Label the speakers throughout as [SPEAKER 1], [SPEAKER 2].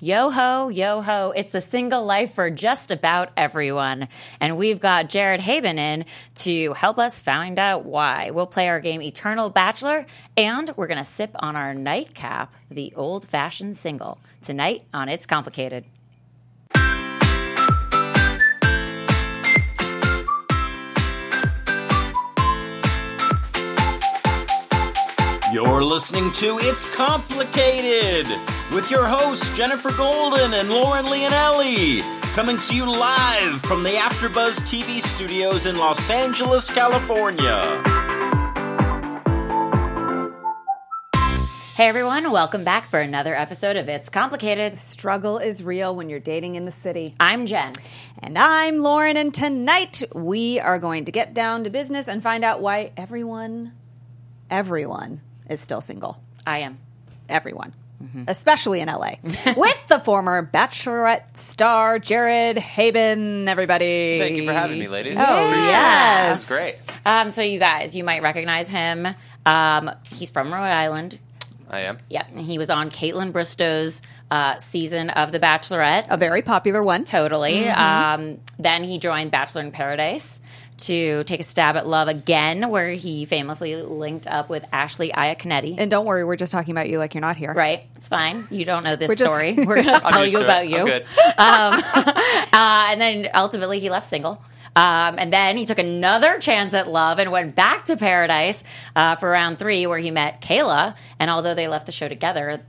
[SPEAKER 1] Yo ho, yo ho. It's the single life for just about everyone. And we've got Jared Haben in to help us find out why. We'll play our game Eternal Bachelor and we're going to sip on our nightcap, the old fashioned single, tonight on It's Complicated.
[SPEAKER 2] You're listening to It's Complicated with your hosts Jennifer Golden and Lauren Leonelli, coming to you live from the AfterBuzz TV studios in Los Angeles, California.
[SPEAKER 1] Hey everyone, welcome back for another episode of It's Complicated.
[SPEAKER 3] Struggle is real when you're dating in the city.
[SPEAKER 1] I'm Jen.
[SPEAKER 3] And I'm Lauren, and tonight we are going to get down to business and find out why everyone, everyone is still single.
[SPEAKER 1] I am.
[SPEAKER 3] Everyone. Especially in LA, with the former Bachelorette star Jared Haben, everybody.
[SPEAKER 4] Thank you for having me, ladies.
[SPEAKER 3] Oh,
[SPEAKER 4] Appreciate it.
[SPEAKER 1] yes.
[SPEAKER 4] This is great.
[SPEAKER 1] Um, so, you guys, you might recognize him. Um, he's from Rhode Island.
[SPEAKER 4] I am.
[SPEAKER 1] Yep, and he was on Caitlin Bristow's uh, season of The Bachelorette.
[SPEAKER 3] A very popular one.
[SPEAKER 1] Totally.
[SPEAKER 3] Mm-hmm.
[SPEAKER 1] Um, then he joined Bachelor in Paradise to take a stab at love again, where he famously linked up with Ashley Iaconetti.
[SPEAKER 3] And don't worry, we're just talking about you like you're not here.
[SPEAKER 1] Right, it's fine. You don't know this
[SPEAKER 3] We're just-
[SPEAKER 1] story. We're going to
[SPEAKER 4] I'm
[SPEAKER 1] tell
[SPEAKER 4] used
[SPEAKER 1] you
[SPEAKER 4] to
[SPEAKER 1] about
[SPEAKER 4] it.
[SPEAKER 1] you.
[SPEAKER 4] I'm good.
[SPEAKER 1] Uh, and then ultimately, he left single. Um, and then he took another chance at love and went back to Paradise uh, for round three, where he met Kayla. And although they left the show together,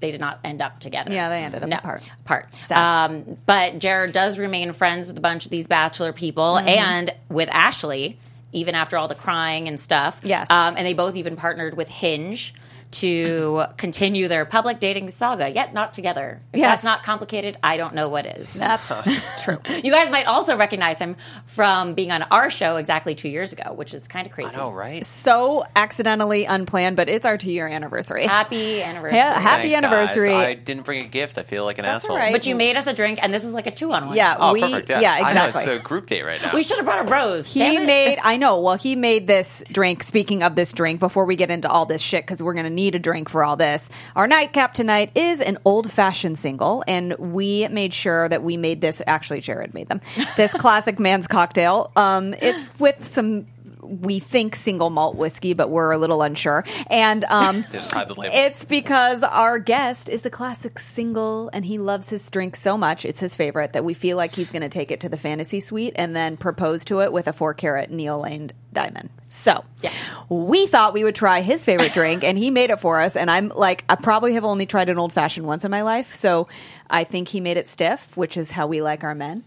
[SPEAKER 1] they did not end up together.
[SPEAKER 3] Yeah, they ended up
[SPEAKER 1] no,
[SPEAKER 3] apart.
[SPEAKER 1] Apart.
[SPEAKER 3] Sad.
[SPEAKER 1] Um, but Jared does remain friends with a bunch of these bachelor people
[SPEAKER 3] Mm-hmm.
[SPEAKER 1] and with Ashley, even after all the crying and stuff.
[SPEAKER 3] Yes.
[SPEAKER 1] Um, and they both even partnered with Hinge to continue their public dating saga, yet not together. If
[SPEAKER 3] Yes.
[SPEAKER 1] that's not complicated, I don't know what is.
[SPEAKER 3] That's true.
[SPEAKER 1] You guys might also recognize him from being on our show exactly two years ago, which is kind of crazy.
[SPEAKER 4] I know, right?
[SPEAKER 3] So accidentally unplanned, but it's our two year anniversary.
[SPEAKER 1] Happy anniversary.
[SPEAKER 3] Yeah, happy-
[SPEAKER 4] Thanks, guys.
[SPEAKER 3] anniversary.
[SPEAKER 4] I didn't bring a gift. I feel like an
[SPEAKER 3] That's
[SPEAKER 4] asshole.
[SPEAKER 3] all right.
[SPEAKER 1] But you made us a drink, and this is like a two on one.
[SPEAKER 3] Yeah,
[SPEAKER 4] Oh,
[SPEAKER 3] we,
[SPEAKER 4] perfect. Yeah.
[SPEAKER 3] exactly.
[SPEAKER 4] I know. It's a group date right now.
[SPEAKER 1] We should have brought a rose.
[SPEAKER 3] He
[SPEAKER 1] damn it.
[SPEAKER 3] made, I know, well, he made this drink. Speaking of this drink, before we get into all this shit, because we're going to need a drink for all this, our nightcap tonight is an old fashioned single, and we made sure that we made this. Actually, Jared made them. This classic man's cocktail. Um, it's with some. We think single malt whiskey, but we're a little unsure. And um,
[SPEAKER 4] They just hide the label.
[SPEAKER 3] It's because our guest is a classic single and he loves his drink so much. It's his favorite that we feel like he's going to take it to the fantasy suite and then propose to it with a four carat neolaned diamond. So we thought we would try his favorite drink and he made it for us. And I'm like, I probably have only tried an old fashioned once in my life. So I think he made it stiff, which is how we like our men.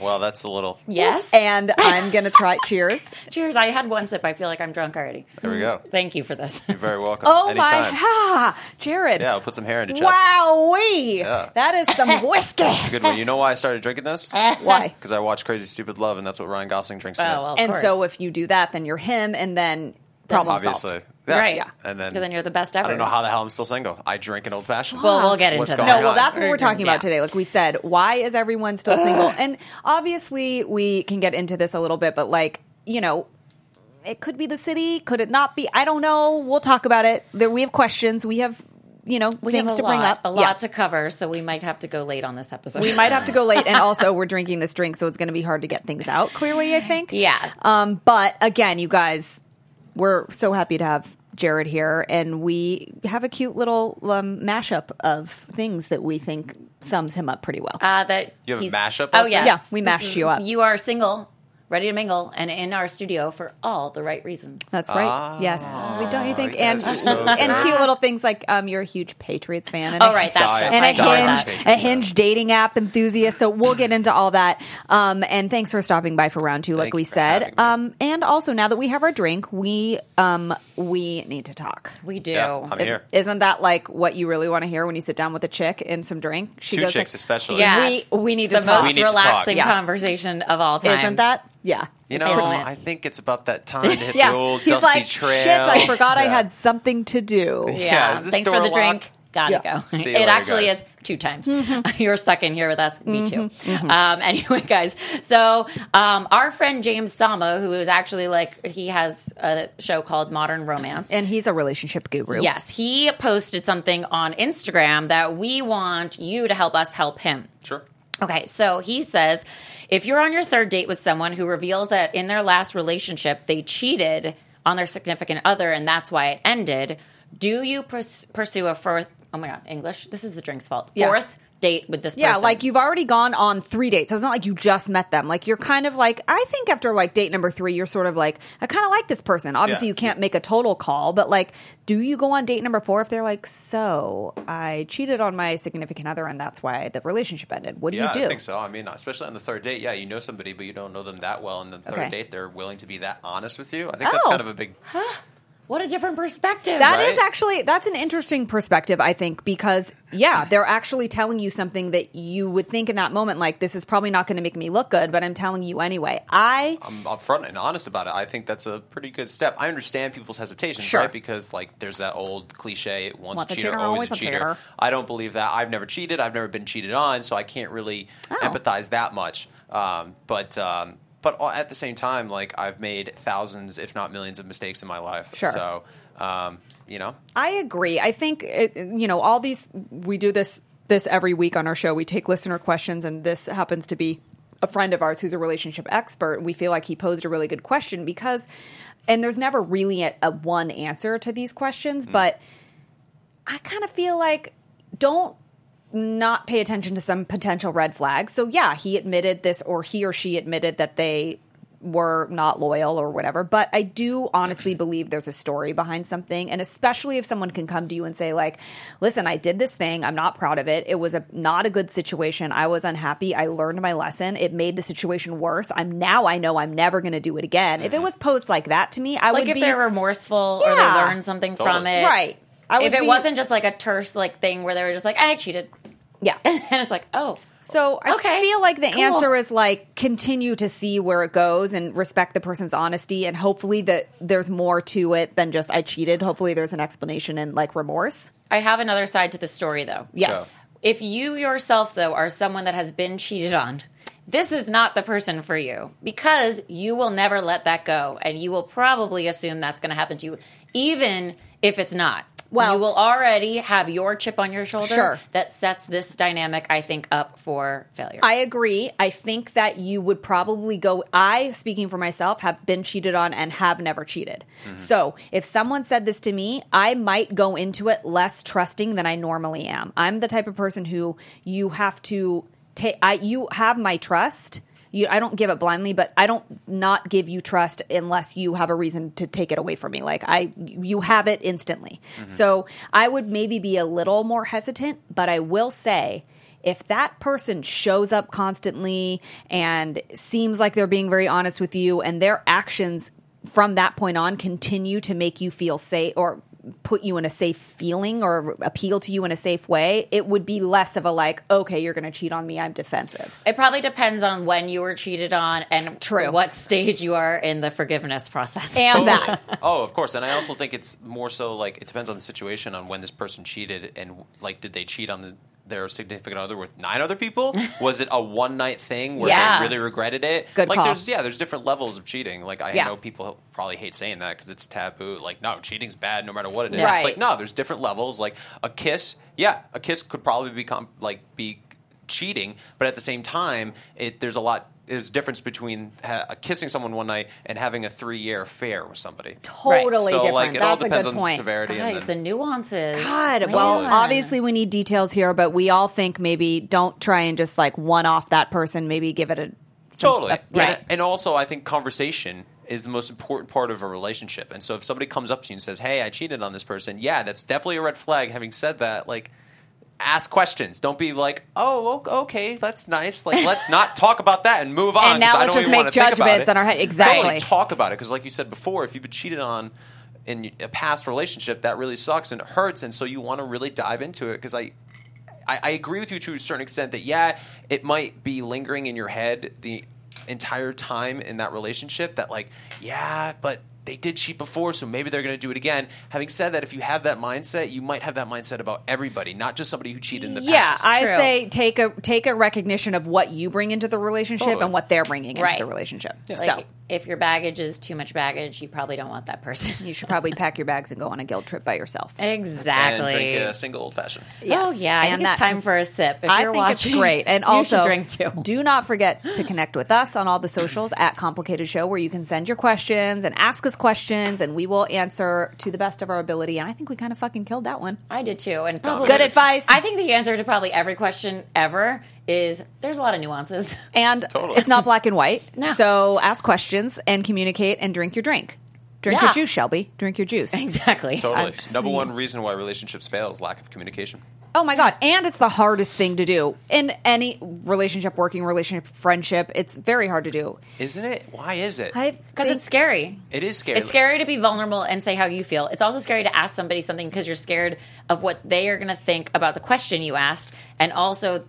[SPEAKER 4] well, that's a little.
[SPEAKER 1] yes.
[SPEAKER 3] And I'm going to try cheers.
[SPEAKER 1] Cheers. I had one sip. I feel like I'm drunk already.
[SPEAKER 4] There we go.
[SPEAKER 1] Thank you for this.
[SPEAKER 4] You're very welcome.
[SPEAKER 3] Oh my,
[SPEAKER 4] Anytime.
[SPEAKER 3] ha, Jared.
[SPEAKER 4] Yeah, I'll put some hair into chest.
[SPEAKER 3] Wowee.
[SPEAKER 4] Yeah.
[SPEAKER 3] That is some whiskey.
[SPEAKER 4] Good one. You know why I started drinking this?
[SPEAKER 3] Why?
[SPEAKER 4] Because I watched Crazy Stupid Love, and that's what Ryan Gosling drinks
[SPEAKER 1] Oh,
[SPEAKER 4] now.
[SPEAKER 1] well, of
[SPEAKER 3] and so
[SPEAKER 1] course.
[SPEAKER 3] if you do that, then you're him, and then problem
[SPEAKER 4] Obviously.
[SPEAKER 3] solved.
[SPEAKER 4] Yeah.
[SPEAKER 1] Right.
[SPEAKER 4] And then,
[SPEAKER 1] So then you're the best ever.
[SPEAKER 4] I don't know how the hell I'm still single. I drink an old fashioned.
[SPEAKER 1] Well, we'll get into
[SPEAKER 4] What's
[SPEAKER 1] that.
[SPEAKER 4] going
[SPEAKER 3] No,
[SPEAKER 4] on?
[SPEAKER 3] well, that's what we're talking
[SPEAKER 1] Yeah.
[SPEAKER 3] about today. Like we said, why is everyone still single? And obviously, we can get into this a little bit, but like you know, it could be the city, could it not be? I don't know. We'll talk about it. There, we have questions. We have you know
[SPEAKER 1] We have
[SPEAKER 3] things
[SPEAKER 1] a
[SPEAKER 3] to bring
[SPEAKER 1] lot-
[SPEAKER 3] up.
[SPEAKER 1] a lot
[SPEAKER 3] Yeah.
[SPEAKER 1] to cover, so we might have to go late on this episode.
[SPEAKER 3] we might have to go late, and also we're drinking this drink, so it's going to be hard to get things out clearly. I think.
[SPEAKER 1] Yeah.
[SPEAKER 3] Um, but again, you guys, we're so happy to have Jared here, and we have a cute little um, mashup of things that we think sums him up pretty well.
[SPEAKER 1] Uh, that
[SPEAKER 4] You have a
[SPEAKER 1] he's-
[SPEAKER 4] mashup
[SPEAKER 1] Oh
[SPEAKER 4] up
[SPEAKER 1] yes,
[SPEAKER 3] there? Yeah, we
[SPEAKER 1] This
[SPEAKER 3] mashed
[SPEAKER 1] is-
[SPEAKER 3] you up.
[SPEAKER 1] You are single, ready to mingle, and in our studio for all the right reasons.
[SPEAKER 3] That's right.
[SPEAKER 4] Ah.
[SPEAKER 3] yes, we don't you think?
[SPEAKER 4] You
[SPEAKER 3] And
[SPEAKER 4] guys are so
[SPEAKER 3] and
[SPEAKER 4] good.
[SPEAKER 3] cute little things like um, you're a huge Patriots fan. And
[SPEAKER 1] Oh
[SPEAKER 3] a-
[SPEAKER 1] right, that's
[SPEAKER 4] Diet-
[SPEAKER 1] stuff.
[SPEAKER 3] and
[SPEAKER 1] I
[SPEAKER 3] a
[SPEAKER 1] know
[SPEAKER 4] diet
[SPEAKER 1] that.
[SPEAKER 3] hinge, a
[SPEAKER 4] Patriots
[SPEAKER 3] hinge dating app enthusiast. So we'll get into all that. Um, and thanks for stopping by for round two, like
[SPEAKER 4] Thank
[SPEAKER 3] we
[SPEAKER 4] you for
[SPEAKER 3] said.
[SPEAKER 4] having me.
[SPEAKER 3] Um, and also now that we have our drink, we um, we need to talk.
[SPEAKER 1] We do.
[SPEAKER 4] Yeah, I'm here.
[SPEAKER 3] Isn't that like what you really want to hear when you sit down with a chick and some drink? She
[SPEAKER 4] Two chicks,
[SPEAKER 3] like,
[SPEAKER 4] especially.
[SPEAKER 1] Yeah,
[SPEAKER 3] We-
[SPEAKER 1] it's
[SPEAKER 3] we need to
[SPEAKER 1] the most
[SPEAKER 3] talk.
[SPEAKER 4] We need to talk.
[SPEAKER 1] relaxing
[SPEAKER 3] Yeah.
[SPEAKER 1] conversation of all time.
[SPEAKER 3] Isn't that? Yeah.
[SPEAKER 4] You
[SPEAKER 1] It's
[SPEAKER 4] know,
[SPEAKER 1] different.
[SPEAKER 4] I think it's about that time to hit
[SPEAKER 3] Yeah.
[SPEAKER 4] the old
[SPEAKER 3] He's
[SPEAKER 4] dusty
[SPEAKER 3] like,
[SPEAKER 4] trail.
[SPEAKER 3] shit, I forgot I
[SPEAKER 4] Yeah.
[SPEAKER 3] had something to do.
[SPEAKER 1] Yeah.
[SPEAKER 4] is this
[SPEAKER 1] Thanks for
[SPEAKER 4] door
[SPEAKER 1] the drink.
[SPEAKER 4] locked?
[SPEAKER 1] Gotta
[SPEAKER 3] Yeah.
[SPEAKER 1] go.
[SPEAKER 4] See you
[SPEAKER 1] it
[SPEAKER 4] later,
[SPEAKER 1] actually
[SPEAKER 4] guys. Mm-hmm.
[SPEAKER 1] is two times. You're stuck in here with us. Me too. Um, anyway, guys. So um, our friend James Sama, who is actually like he has a show called Modern Romance.
[SPEAKER 3] And he's a relationship guru.
[SPEAKER 1] Yes, he posted something on Instagram that we want you to help us help him.
[SPEAKER 4] Sure.
[SPEAKER 1] Okay, so he says if you're on your third date with someone who reveals that in their last relationship they cheated on their significant other and that's why it ended, do you pers- pursue a fourth? Oh my God, English. This is the drink's fault.
[SPEAKER 3] Yeah.
[SPEAKER 1] Fourth date with this person.
[SPEAKER 3] Yeah, like you've already gone on three dates. So it's not like you just met them. Like you're kind of like, I think after like date number three, you're sort of like, I kind of like this person. Obviously,
[SPEAKER 4] Yeah.
[SPEAKER 3] you can't make a total call, but like, do you go on date number four if they're like, so I cheated on my significant other and that's why the relationship ended? What do
[SPEAKER 4] Yeah,
[SPEAKER 3] you do?
[SPEAKER 4] I think so. I mean, especially on the third date, yeah, you know somebody, but you don't know them that well. And the third
[SPEAKER 3] Okay.
[SPEAKER 4] date, they're willing to be that honest with you. I think that's
[SPEAKER 3] Oh.
[SPEAKER 4] kind of a big.
[SPEAKER 1] what a different perspective.
[SPEAKER 3] That is
[SPEAKER 4] Right?
[SPEAKER 3] actually that's an interesting perspective, I think, because yeah, they're actually telling you something that you would think in that moment, like this is probably not going to make me look good, but I'm telling you anyway. I
[SPEAKER 4] I'm upfront and honest about it. I think that's a pretty good step. I understand people's hesitations,
[SPEAKER 1] Sure.
[SPEAKER 4] right? Because like, there's that old cliche: "Once
[SPEAKER 3] Once
[SPEAKER 4] a cheater, always, a cheater.
[SPEAKER 3] cheater.
[SPEAKER 4] I don't believe that. I've never cheated. I've never been cheated on, so I can't really empathize that much. Um, but um, but all- at the same time, like I've made thousands, if not millions, of mistakes in my life.
[SPEAKER 3] Sure.
[SPEAKER 4] So um, you know,
[SPEAKER 3] I agree. I think it, you know all these. We do this this every week on our show. We take listener questions, and this happens to be a friend of ours who's a relationship expert. We feel like he posed a really good question because, and there's never really a, a one answer to these questions, but I kind of feel like don't not pay attention to some potential red flags. So yeah, he admitted this, or he or she admitted that they were not loyal or whatever. But I do honestly believe there's a story behind something, and especially if someone can come to you and say like, "Listen, I did this thing. I'm not proud of it. It was a not a good situation. I was unhappy. I learned my lesson. It made the situation worse. I'm now I know I'm never going to do it again." If it was posed like that to me, I
[SPEAKER 1] Mm-hmm. like
[SPEAKER 3] would
[SPEAKER 1] if
[SPEAKER 3] be
[SPEAKER 1] they're remorseful or
[SPEAKER 3] Yeah.
[SPEAKER 1] they learn something from
[SPEAKER 4] Totally.
[SPEAKER 1] it.
[SPEAKER 3] right. I would
[SPEAKER 1] if it
[SPEAKER 3] be-
[SPEAKER 1] wasn't just like a terse like thing where they were just like, I cheated.
[SPEAKER 3] yeah.
[SPEAKER 1] And it's like, oh.
[SPEAKER 3] So I
[SPEAKER 1] Okay.
[SPEAKER 3] feel like the
[SPEAKER 1] Cool.
[SPEAKER 3] answer is like continue to see where it goes and respect the person's honesty and hopefully that there's more to it than just I cheated. Hopefully there's an explanation and like remorse.
[SPEAKER 1] I have another side to the story though.
[SPEAKER 3] Yes.
[SPEAKER 1] If you yourself, though, are someone that has been cheated on, this is not the person for you because you will never let that go. And you will probably assume that's going to happen to you, even if it's not.
[SPEAKER 3] Well-
[SPEAKER 1] you will already have your chip on your shoulder
[SPEAKER 3] Sure.
[SPEAKER 1] that sets this dynamic, I think, up for failure.
[SPEAKER 3] I agree. I think that you would probably go I speaking for myself have been cheated on and have never cheated. So, if someone said this to me, I might go into it less trusting than I normally am. I'm the type of person who you have to take I you have my trust. you I don't give it blindly, but I don't not give you trust unless you have a reason to take it away from me. Like I you have it instantly. So I would maybe be a little more hesitant, but I will say if that person shows up constantly and seems like they're being very honest with you and their actions from that point on continue to make you feel safe or put you in a safe feeling or appeal to you in a safe way, it would be less of a like, okay, you're going to cheat on me. I'm defensive.
[SPEAKER 1] it probably depends on when you were cheated on and
[SPEAKER 3] True.
[SPEAKER 1] what stage you are in the forgiveness process.
[SPEAKER 3] And
[SPEAKER 4] Totally.
[SPEAKER 3] that.
[SPEAKER 4] oh, of course. And I also think it's more so like it depends on the situation on when this person cheated and like did they cheat on the, their significant other with nine other people? Was it a one night thing where
[SPEAKER 1] Yes.
[SPEAKER 4] they really regretted it?
[SPEAKER 3] Good
[SPEAKER 4] like
[SPEAKER 3] call.
[SPEAKER 4] there's yeah, there's different levels of cheating. Like I
[SPEAKER 3] Yeah.
[SPEAKER 4] know people probably hate saying that because it's taboo. Like no, cheating's bad no matter what it is.
[SPEAKER 3] Right.
[SPEAKER 4] It's like no, Oh, there's different levels. Like a kiss, yeah, a kiss could probably become like be cheating, but at the same time, it there's a lot. There's a difference between ha- kissing someone one night and having a three-year affair with somebody.
[SPEAKER 3] Totally
[SPEAKER 4] so
[SPEAKER 3] different.
[SPEAKER 4] like it all
[SPEAKER 3] That's
[SPEAKER 4] depends
[SPEAKER 3] a good
[SPEAKER 4] on the
[SPEAKER 3] point.
[SPEAKER 4] severity
[SPEAKER 1] Guys,
[SPEAKER 4] and
[SPEAKER 1] the
[SPEAKER 4] then,
[SPEAKER 1] nuances.
[SPEAKER 3] God, well,
[SPEAKER 1] Man.
[SPEAKER 3] obviously we need details here, but we all think maybe don't try and just like one off that person. Maybe give it a some-
[SPEAKER 4] totally.
[SPEAKER 3] a- right.
[SPEAKER 4] And, and also, I think conversation is the most important part of a relationship. And so, if somebody comes up to you and says, "Hey, I cheated on this person," yeah, that's definitely a red flag. Having said that, like. Ask questions. Don't be like, "Oh, o- okay, that's nice." Like, let's not talk about that and move on. 'cause
[SPEAKER 3] now
[SPEAKER 4] I
[SPEAKER 3] let's
[SPEAKER 4] don't
[SPEAKER 3] just
[SPEAKER 4] even
[SPEAKER 3] make
[SPEAKER 4] wanna think about
[SPEAKER 3] judgments
[SPEAKER 4] it."
[SPEAKER 3] in our head. Exactly.
[SPEAKER 4] Totally. talk about it because, like you said before, if you've been cheated on in a past relationship, that really sucks and it hurts, and so you want to really dive into it because I I, I agree with you to a certain extent that yeah, it might be lingering in your head the entire time in that relationship. That like, yeah, but they did cheat before, so maybe they're going to do it again. Having said that, if you have that mindset, you might have that mindset about everybody, not just somebody who cheated in the
[SPEAKER 3] yeah,
[SPEAKER 4] past.
[SPEAKER 3] I
[SPEAKER 1] True.
[SPEAKER 3] say take a take a recognition of what you bring into the relationship
[SPEAKER 4] Totally.
[SPEAKER 3] and what they're bringing into
[SPEAKER 1] Right.
[SPEAKER 3] the relationship.
[SPEAKER 1] Like,
[SPEAKER 3] So
[SPEAKER 1] if your baggage is too much baggage, you probably don't want that person.
[SPEAKER 3] you should probably pack your bags and go on a guilt trip by yourself.
[SPEAKER 1] exactly.
[SPEAKER 4] And drink a single old fashioned.
[SPEAKER 1] Oh yeah, I
[SPEAKER 3] and
[SPEAKER 1] think it's
[SPEAKER 3] that
[SPEAKER 1] time
[SPEAKER 3] is-
[SPEAKER 1] for a sip. If
[SPEAKER 3] I
[SPEAKER 1] you're
[SPEAKER 3] think
[SPEAKER 1] watching,
[SPEAKER 3] it's great. And
[SPEAKER 1] you should
[SPEAKER 3] also,
[SPEAKER 1] drink too.
[SPEAKER 3] do not forget to connect with us on all the socials at Complicated Show, where you can send your questions and ask us questions, and we will answer to the best of our ability. And I think we kind of fucking killed that one.
[SPEAKER 1] I did too, and probably
[SPEAKER 3] Good advice.
[SPEAKER 1] I think the answer to probably every question ever is there's a lot of nuances.
[SPEAKER 3] And
[SPEAKER 4] Totally.
[SPEAKER 3] it's not black and white.
[SPEAKER 1] No.
[SPEAKER 3] So ask questions and communicate and drink your drink. Drink
[SPEAKER 1] Yeah.
[SPEAKER 3] your juice, Shelby. Drink your juice.
[SPEAKER 1] exactly.
[SPEAKER 4] Totally.
[SPEAKER 3] I've
[SPEAKER 4] Number
[SPEAKER 3] seen-
[SPEAKER 4] one reason why relationships fail is lack of communication.
[SPEAKER 3] Oh my god! And it's the hardest thing to do in any relationship, working relationship, friendship. It's very hard to do.
[SPEAKER 4] Isn't it? Why is it?
[SPEAKER 3] I
[SPEAKER 1] Because
[SPEAKER 3] think-
[SPEAKER 1] it's scary.
[SPEAKER 4] it is scary.
[SPEAKER 1] It's scary to be vulnerable and say how you feel. It's also scary to ask somebody something because you're scared of what they are going to think about the question you asked, and also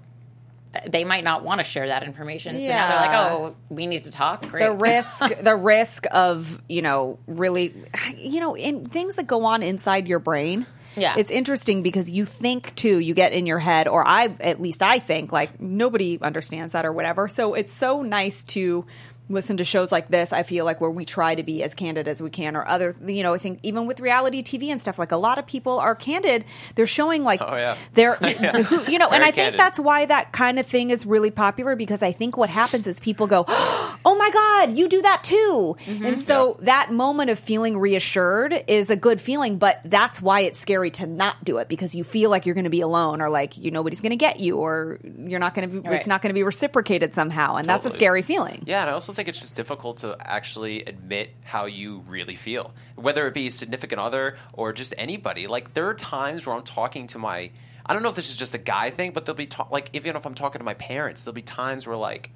[SPEAKER 1] th- they might not want to share that information. So now they're
[SPEAKER 3] Yeah.
[SPEAKER 1] like, "Oh, we need to talk." Great.
[SPEAKER 3] the risk the risk of you know really you know in things that go on inside your brain
[SPEAKER 1] Yeah.
[SPEAKER 3] it's interesting because you think too you get in your head or i at least i think like nobody understands that or whatever so it's so nice to listen to shows like this i feel like where we try to be as candid as we can or other you know i think even with reality tv and stuff like a lot of people are candid they're showing like
[SPEAKER 4] Oh, yeah.
[SPEAKER 3] they're who- you know and
[SPEAKER 4] Very
[SPEAKER 3] i think
[SPEAKER 4] candid.
[SPEAKER 3] that's why that kind of thing is really popular because I think what happens is people go, "Oh my god, you do that too."
[SPEAKER 4] Mm-hmm.
[SPEAKER 3] And so that moment of feeling reassured is a good feeling, but that's why it's scary to not do it because you feel like you're going to be alone or like you nobody's going to get you or you're not going to be
[SPEAKER 1] Right.
[SPEAKER 3] it's not going to be reciprocated somehow, and that's a
[SPEAKER 4] Totally.
[SPEAKER 3] scary feeling.
[SPEAKER 4] Yeah, and I also think it's just difficult to actually admit how you really feel, whether it be a significant other or just anybody. Like there are times where I'm talking to my, I don't know if this is just a guy thing, but there'll be ta- like even if I'm talking to my parents, there'll be times where like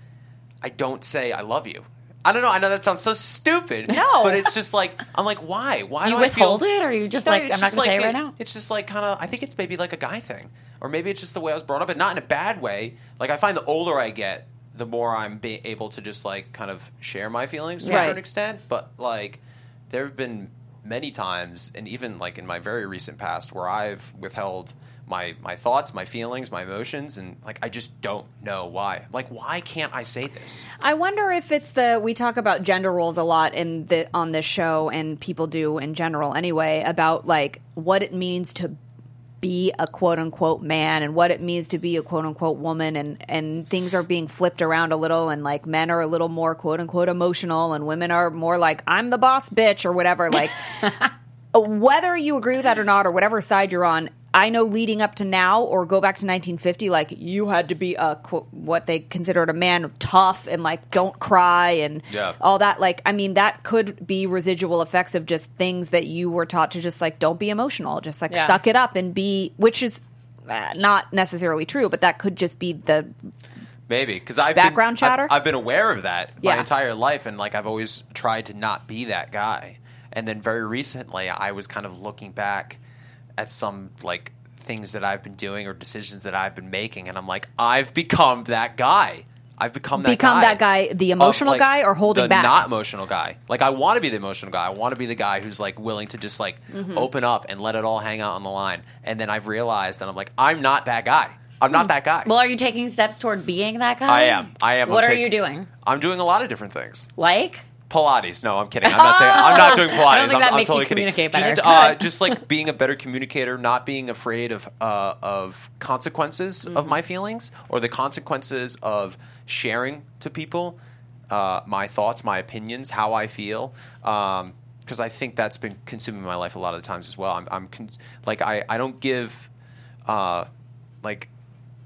[SPEAKER 4] I don't say I love you. I don't know. I know that sounds so stupid.
[SPEAKER 3] No.
[SPEAKER 4] but it's just like I'm like, why? Why
[SPEAKER 1] do you
[SPEAKER 4] I feel-
[SPEAKER 1] withhold it, or are you just
[SPEAKER 4] No,
[SPEAKER 1] like,
[SPEAKER 4] it's
[SPEAKER 1] "I'm not
[SPEAKER 4] just
[SPEAKER 1] going to say it
[SPEAKER 4] like
[SPEAKER 1] right
[SPEAKER 4] it-
[SPEAKER 1] now"?
[SPEAKER 4] It's just like kind of. I think it's maybe like a guy thing, or maybe it's just the way I was brought up, and not in a bad way. Like I find the older I get, the more I'm be able to just like kind of share my feelings to a
[SPEAKER 3] Right.
[SPEAKER 4] certain extent. But like, there have been many times, and even like in my very recent past, where I've withheld my my thoughts, my feelings, my emotions, and like I just don't know why. Like, why can't I say this?
[SPEAKER 3] I wonder if it's the we talk about gender roles a lot in the on this show and people do in general anyway about like what it means to be a quote unquote man and what it means to be a quote unquote woman and and things are being flipped around a little and like men are a little more quote unquote emotional and women are more like I'm the boss bitch or whatever like whether you agree with that or not, or whatever side you're on, I know leading up to now, or go back to 1950, like you had to be a quote, what they considered a man tough and like don't cry and
[SPEAKER 4] Yeah.
[SPEAKER 3] all that. Like, I mean, that could be residual effects of just things that you were taught to just like don't be emotional, just like
[SPEAKER 1] Yeah.
[SPEAKER 3] suck it up and be, which is uh, not necessarily true, but that could just be the
[SPEAKER 4] Maybe because I've
[SPEAKER 3] Background
[SPEAKER 4] been, I've-
[SPEAKER 3] chatter?
[SPEAKER 4] I've, been aware of that my
[SPEAKER 3] Yeah.
[SPEAKER 4] entire life, and like I've always tried to not be that guy. And then very recently, I was kind of looking back at some like things that I've been doing or decisions that I've been making, and I'm like, I've become that guy. I've become that
[SPEAKER 3] Become
[SPEAKER 4] guy.
[SPEAKER 3] that guy, the
[SPEAKER 4] Of,
[SPEAKER 3] emotional
[SPEAKER 4] like,
[SPEAKER 3] guy or holding
[SPEAKER 4] the
[SPEAKER 3] back?
[SPEAKER 4] Not emotional guy. Like I want to be the emotional guy. I want to be the guy who's like willing to just like
[SPEAKER 3] Mm-hmm.
[SPEAKER 4] open up and let it all hang out on the line. And then I've realized that I'm like, I'm not that guy. I'm
[SPEAKER 3] Hmm.
[SPEAKER 4] not that guy.
[SPEAKER 1] well, are you taking steps toward being that guy?
[SPEAKER 4] I am. I am. I'm
[SPEAKER 1] What are
[SPEAKER 4] taking-
[SPEAKER 1] you doing?
[SPEAKER 4] I'm doing a lot of different things.
[SPEAKER 1] Like,
[SPEAKER 4] Pilates. No, I'm kidding. I'm not, saying, I'm not doing Pilates.
[SPEAKER 1] I don't think
[SPEAKER 4] am
[SPEAKER 1] that
[SPEAKER 4] I'm
[SPEAKER 1] makes you
[SPEAKER 4] totally kidding.
[SPEAKER 1] communicate
[SPEAKER 4] Just,
[SPEAKER 1] better.
[SPEAKER 4] uh, just like being a better communicator, not being afraid of uh, of consequences
[SPEAKER 1] Mm-hmm.
[SPEAKER 4] of my feelings or the consequences of sharing to people uh, my thoughts, my opinions, how I feel. Um, because I think that's been consuming my life a lot of the times as well. I'm, I'm con- like I, I don't give, uh, like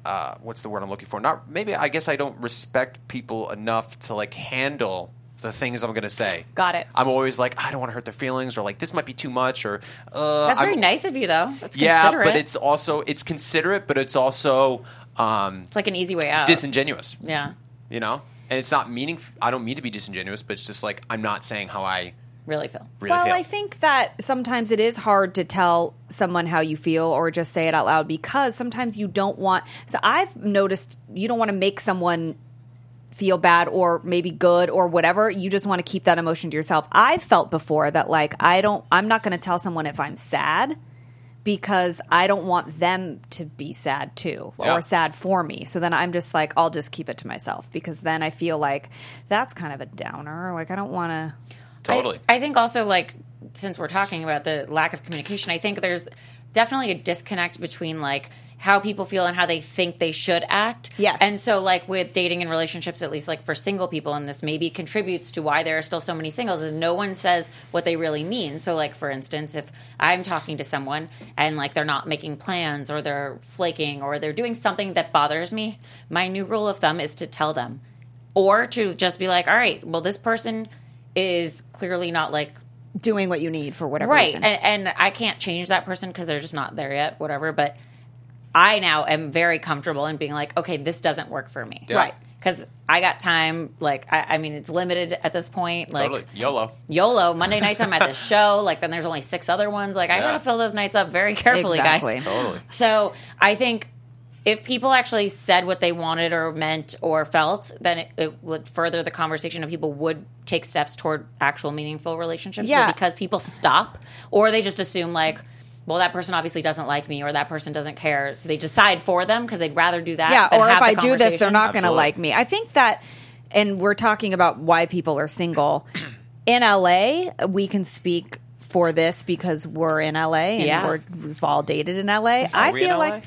[SPEAKER 4] uh, what's the word I'm looking for? Not maybe I guess I don't respect people enough to like handle the things I'm gonna say.
[SPEAKER 3] Got it.
[SPEAKER 4] I'm always like I don't want to hurt their feelings or like this might be too much or uh,
[SPEAKER 1] that's
[SPEAKER 4] I'm-
[SPEAKER 1] very nice of you, though. That's
[SPEAKER 4] Yeah,
[SPEAKER 1] considerate.
[SPEAKER 4] but it's also it's considerate, but it's also um,
[SPEAKER 1] It's like an easy way out.
[SPEAKER 4] disingenuous.
[SPEAKER 1] yeah,
[SPEAKER 4] You know, and it's not meaning. I don't mean to be disingenuous, but it's just like I'm not saying how I
[SPEAKER 1] really feel.
[SPEAKER 4] really
[SPEAKER 3] well,
[SPEAKER 4] feel.
[SPEAKER 3] I think that sometimes it is hard to tell someone how you feel or just say it out loud because sometimes you don't want. So I've noticed you don't want to make someone feel bad or maybe good or whatever. You just want to keep that emotion to yourself. I've felt before that like I don't I'm not going to tell someone if I'm sad because I don't want them to be sad too
[SPEAKER 4] Yeah.
[SPEAKER 3] or sad for me. So then I'm just like I'll just keep it to myself because then I feel like that's kind of a downer. Like I don't want to
[SPEAKER 4] Totally.
[SPEAKER 1] I, I think also like since we're talking about the lack of communication, I think there's definitely a disconnect between like how people feel and how they think they should act.
[SPEAKER 3] Yes.
[SPEAKER 1] And so like with dating and relationships, at least like for single people, and this maybe contributes to why there are still so many singles, is no one says what they really mean. So like for instance, if I'm talking to someone and like they're not making plans or they're flaking or they're doing something that bothers me, my new rule of thumb is to tell them or to just be like, all right, well, this person is clearly not like
[SPEAKER 3] doing what you need for whatever
[SPEAKER 1] right,
[SPEAKER 3] reason.
[SPEAKER 1] and, and I can't change that person because they're just not there yet, whatever. But I now am very comfortable in being like, okay, this doesn't work for me,
[SPEAKER 4] Yeah. Right.
[SPEAKER 1] Because I got time, like I, I mean, it's limited at this point. Like
[SPEAKER 4] totally. YOLO.
[SPEAKER 1] YOLO, Monday nights I'm at the show. Like then there's only six other ones. Like I
[SPEAKER 4] Yeah.
[SPEAKER 1] gotta fill those nights up very carefully,
[SPEAKER 3] Exactly.
[SPEAKER 1] guys.
[SPEAKER 4] Totally.
[SPEAKER 1] So I think if people actually said what they wanted or meant or felt, then it, it would further the conversation and people would take steps toward actual meaningful relationships. But
[SPEAKER 3] Yeah.
[SPEAKER 1] Because people stop or they just assume, like, well, that person obviously doesn't like me or that person doesn't care. So they decide for them because they'd rather do that.
[SPEAKER 3] yeah
[SPEAKER 1] than
[SPEAKER 3] or if
[SPEAKER 1] have the
[SPEAKER 3] i do this they're
[SPEAKER 1] conversation.
[SPEAKER 3] not going to
[SPEAKER 4] Absolutely.
[SPEAKER 3] like me i think that and we're talking about why people are single in la we can speak for this because we're in la and
[SPEAKER 1] Yeah.
[SPEAKER 3] we're, we've all dated in la i
[SPEAKER 4] Are we in
[SPEAKER 3] feel
[SPEAKER 4] LA?
[SPEAKER 3] like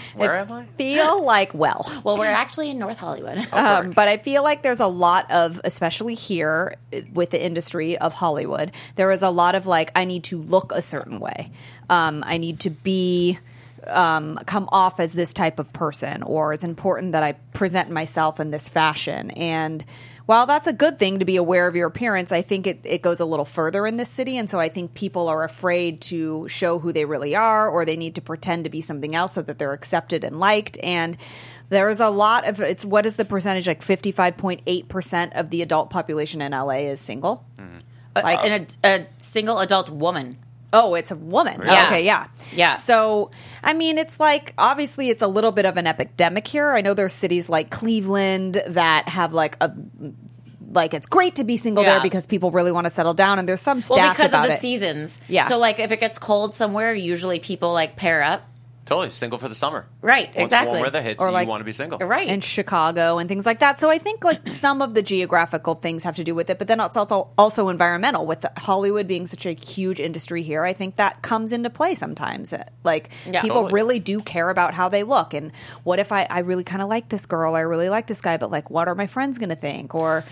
[SPEAKER 4] Where am I?
[SPEAKER 3] feel like well
[SPEAKER 1] Well, we're actually in North Hollywood.
[SPEAKER 4] Oh.
[SPEAKER 3] um, but I feel like there's a lot of, especially here eh, with the industry of Hollywood, there is a lot of like, I need to look a certain way. Um, I need to be, um, come off as this type of person, or it's important that I present myself in this fashion. And while that's a good thing to be aware of your appearance, I think it, it goes a little further in this city. And so I think people are afraid to show who they really are, or they need to pretend to be something else so that they're accepted and liked. And there is a lot of it's what is the percentage like 55.8% of the adult population in LA is single.
[SPEAKER 1] like in a, a single adult woman.
[SPEAKER 3] Oh, it's a woman.
[SPEAKER 1] Yeah.
[SPEAKER 3] Okay, yeah.
[SPEAKER 1] Yeah.
[SPEAKER 3] So, I mean, it's like obviously it's a little bit of an epidemic here. I know there's cities like Cleveland that have like a like it's great to be single
[SPEAKER 1] Yeah.
[SPEAKER 3] there because people really want to settle down and there's some stats
[SPEAKER 1] Well, because of
[SPEAKER 3] about
[SPEAKER 1] the
[SPEAKER 3] it.
[SPEAKER 1] seasons.
[SPEAKER 3] Yeah.
[SPEAKER 1] So like if it gets cold somewhere, usually people like pair up.
[SPEAKER 3] Mm-hmm.
[SPEAKER 4] Totally. Single for the summer.
[SPEAKER 1] Right,
[SPEAKER 4] Once
[SPEAKER 1] exactly.
[SPEAKER 4] Warm weather hits,
[SPEAKER 3] Or
[SPEAKER 4] you
[SPEAKER 3] like-
[SPEAKER 4] want to be single.
[SPEAKER 1] Right.
[SPEAKER 3] and Chicago and things like that. So I think like some of the geographical things have to do with it, but then it's also also environmental with Hollywood being such a huge industry here. I think that comes into play sometimes. Like
[SPEAKER 1] Yeah.
[SPEAKER 3] people
[SPEAKER 4] Totally.
[SPEAKER 3] really do care about how they look and what if I I really kind of like this girl, I really like this guy, but like what are my friends going to think or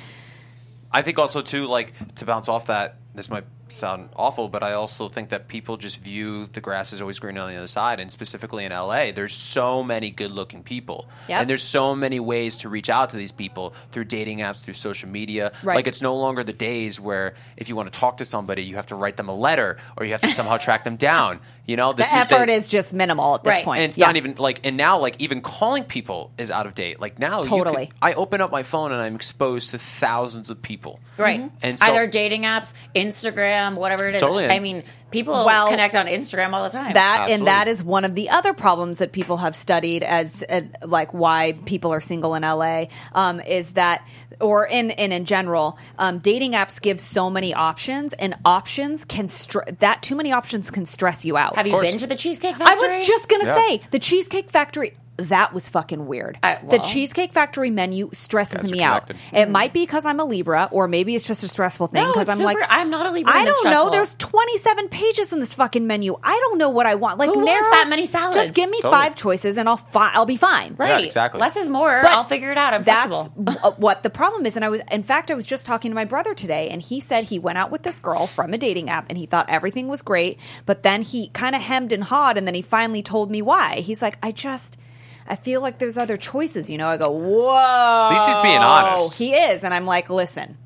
[SPEAKER 4] I think also too, like to bounce off that. This might sound awful, but I also think that people just view the grass is always greener on the other side, and specifically in LA, there's so many good-looking people,
[SPEAKER 3] Yep.
[SPEAKER 4] and there's so many ways to reach out to these people through dating apps, through social media.
[SPEAKER 3] Right.
[SPEAKER 4] Like it's no longer the days where if you want to talk to somebody, you have to write them a letter or you have to somehow track them down. You know,
[SPEAKER 3] the
[SPEAKER 4] this is
[SPEAKER 3] effort is just minimal at this
[SPEAKER 1] Right.
[SPEAKER 3] point.
[SPEAKER 4] and it's
[SPEAKER 3] Yeah.
[SPEAKER 4] not even like, and now like even calling people is out of date. Like now, you could-
[SPEAKER 3] Totally.
[SPEAKER 4] I open up my phone and I'm exposed to thousands of people.
[SPEAKER 1] Right.
[SPEAKER 4] And so-
[SPEAKER 1] Either dating apps, Instagram, whatever it is.
[SPEAKER 4] Totally.
[SPEAKER 1] I mean, people
[SPEAKER 3] Well-
[SPEAKER 1] connect on Instagram all the time.
[SPEAKER 3] That
[SPEAKER 4] Absolutely.
[SPEAKER 3] and that is one of the other problems that people have studied as uh, like why people are single in LA um, is that or in in in general um, dating apps give so many options and options can str- that too many options can stress you out.
[SPEAKER 1] Have you
[SPEAKER 4] course.
[SPEAKER 1] been to the Cheesecake
[SPEAKER 3] I
[SPEAKER 1] Factory?
[SPEAKER 3] was just gonna
[SPEAKER 4] Yeah.
[SPEAKER 3] say the Cheesecake Factory. That was fucking weird.
[SPEAKER 1] I-
[SPEAKER 3] the
[SPEAKER 1] well.
[SPEAKER 3] Cheesecake Factory menu stresses
[SPEAKER 4] Guys are
[SPEAKER 3] me out.
[SPEAKER 4] connected.
[SPEAKER 3] It might be because I'm a Libra, or maybe it's just a stressful thing.
[SPEAKER 1] No,
[SPEAKER 3] Because
[SPEAKER 1] it's
[SPEAKER 3] I'm like,
[SPEAKER 1] super- I'm not a Libra
[SPEAKER 3] I
[SPEAKER 1] and it's
[SPEAKER 3] don't know.
[SPEAKER 1] stressful.
[SPEAKER 3] There's 27 pages in this fucking menu. I don't know what I want. Like,
[SPEAKER 1] Who wants
[SPEAKER 3] narrow-
[SPEAKER 1] that many salads?
[SPEAKER 3] Just give me
[SPEAKER 4] Totally.
[SPEAKER 3] five choices, and I'll fi- I'll be fine.
[SPEAKER 1] Right.
[SPEAKER 4] Yeah, exactly.
[SPEAKER 1] Less is more.
[SPEAKER 3] But
[SPEAKER 1] I'll figure it out. I'm
[SPEAKER 3] That's
[SPEAKER 1] flexible.
[SPEAKER 3] w- uh, what the problem is. And I was, in fact, I was just talking to my brother today, and he said he went out with this girl from a dating app, and he thought everything was great, but then he kind of hemmed and hawed, and then he finally told me why. He's like, I just. I feel like there's other choices, you know. I go, whoa.
[SPEAKER 4] least he's being honest.
[SPEAKER 3] He is, and I'm like, listen,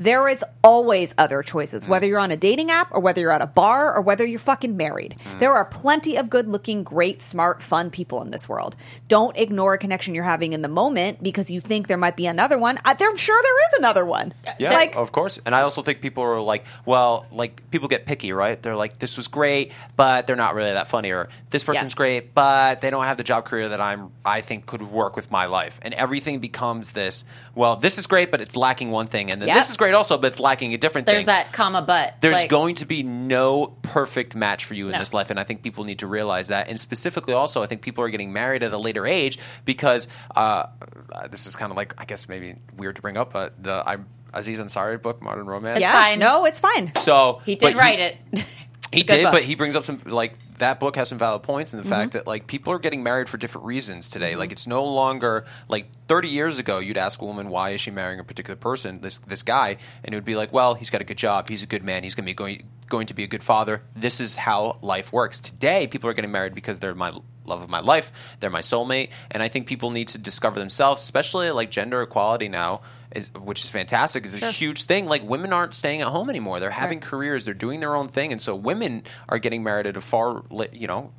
[SPEAKER 3] There is always other choices,
[SPEAKER 1] Mm.
[SPEAKER 3] whether you're on a dating app or whether you're at a bar or whether you're fucking married.
[SPEAKER 1] Mm.
[SPEAKER 3] There are plenty of good looking, great, smart, fun people in this world. Don't ignore a connection you're having in the moment because you think there might be another one. I, I'm sure there is another one.
[SPEAKER 4] Yeah, Oh, of course. And I also think people are like, well, like people get picky, right? They're like, this was great, but they're not really that funny, or this person's great, but they don't have the job career that I'm I think could work with my life. And everything becomes this. Well, this is great, but it's lacking one thing, and then
[SPEAKER 3] Yeah.
[SPEAKER 4] this is great also, but it's lacking a different
[SPEAKER 1] There's
[SPEAKER 4] thing.
[SPEAKER 1] that comma but.
[SPEAKER 4] There's
[SPEAKER 1] like,
[SPEAKER 4] going to be no perfect match for you in
[SPEAKER 1] No.
[SPEAKER 4] this life, and I think people need to realize that. And specifically, also, I think people are getting married at a later age because uh, uh, this is kind of like I guess maybe weird to bring up, but the I, Aziz Ansari book, Modern Romance.
[SPEAKER 3] yeah,
[SPEAKER 1] fine.
[SPEAKER 3] no, it's fine.
[SPEAKER 4] So
[SPEAKER 1] He
[SPEAKER 4] but
[SPEAKER 1] did write it.
[SPEAKER 4] He
[SPEAKER 1] Good
[SPEAKER 4] did,
[SPEAKER 1] book.
[SPEAKER 4] but he brings up some like that book has some valid points in the fact that like people are getting married for different reasons today. Like it's no longer like 30 years ago you'd ask a woman why is she marrying a particular person, this this guy, and it would be like, well, he's got a good job, he's a good man, he's going to be going going to be a good father. This is how life works. Today people are getting married because they're my love of my life, they're my soulmate, and I think people need to discover themselves, especially like gender equality now. Is, which is fantastic is a huge thing like women aren't staying at home anymore they're having careers they're doing their own thing and so women are getting married at a far la- you know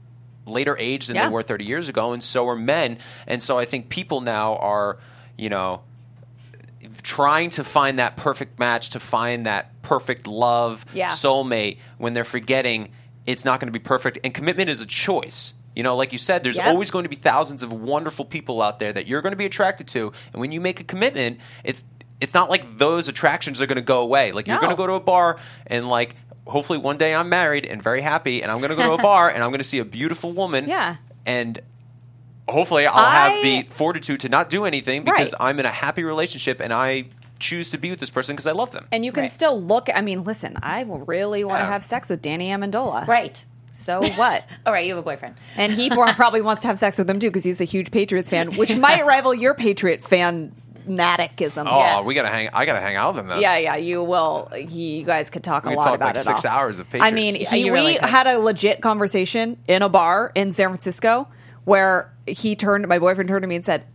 [SPEAKER 4] later age than
[SPEAKER 3] Yeah.
[SPEAKER 4] they were 30 years ago and so are men and so i think people now are you know trying to find that perfect match to find that perfect love
[SPEAKER 3] Yeah.
[SPEAKER 4] soulmate when they're forgetting it's not going to be perfect and commitment is a choice you know like you said there's
[SPEAKER 3] Yep.
[SPEAKER 4] always going to be thousands of wonderful people out there that you're going to be attracted to and when you make a commitment it's it's not like those attractions are going to go away like you're
[SPEAKER 3] No.
[SPEAKER 4] going to go to a bar and like hopefully one day i'm married and very happy and i'm going to go to a bar and i'm going to see a beautiful woman
[SPEAKER 3] Yeah.
[SPEAKER 4] and hopefully I'll
[SPEAKER 3] I-
[SPEAKER 4] have the fortitude to not do anything because
[SPEAKER 3] Right.
[SPEAKER 4] I'm in a happy relationship and I choose to be with this person because I love them.
[SPEAKER 3] And you can
[SPEAKER 1] Right.
[SPEAKER 3] still look. I mean, listen, I really want to
[SPEAKER 4] Yeah.
[SPEAKER 3] have sex with Danny Amendola.
[SPEAKER 1] right.
[SPEAKER 3] So what?
[SPEAKER 1] All right, you have a boyfriend.
[SPEAKER 3] And he pro- probably wants to have sex with him too because he's a huge Patriots fan, which might rival your Patriot fanaticism.
[SPEAKER 4] oh,
[SPEAKER 1] yeah.
[SPEAKER 4] we gotta hang. I gotta hang out with them. Then.
[SPEAKER 3] Yeah, yeah, you will. You guys could talk
[SPEAKER 4] We
[SPEAKER 3] a
[SPEAKER 4] could
[SPEAKER 3] lot
[SPEAKER 4] talk,
[SPEAKER 3] about
[SPEAKER 4] like,
[SPEAKER 3] it.
[SPEAKER 4] six
[SPEAKER 3] all.
[SPEAKER 4] hours of
[SPEAKER 3] I
[SPEAKER 4] Patriots.
[SPEAKER 3] mean,
[SPEAKER 4] Yeah,
[SPEAKER 3] he,
[SPEAKER 1] you really
[SPEAKER 3] we
[SPEAKER 1] could.
[SPEAKER 3] had a legit conversation in a bar in San Francisco where he turned. My boyfriend turned to me and said,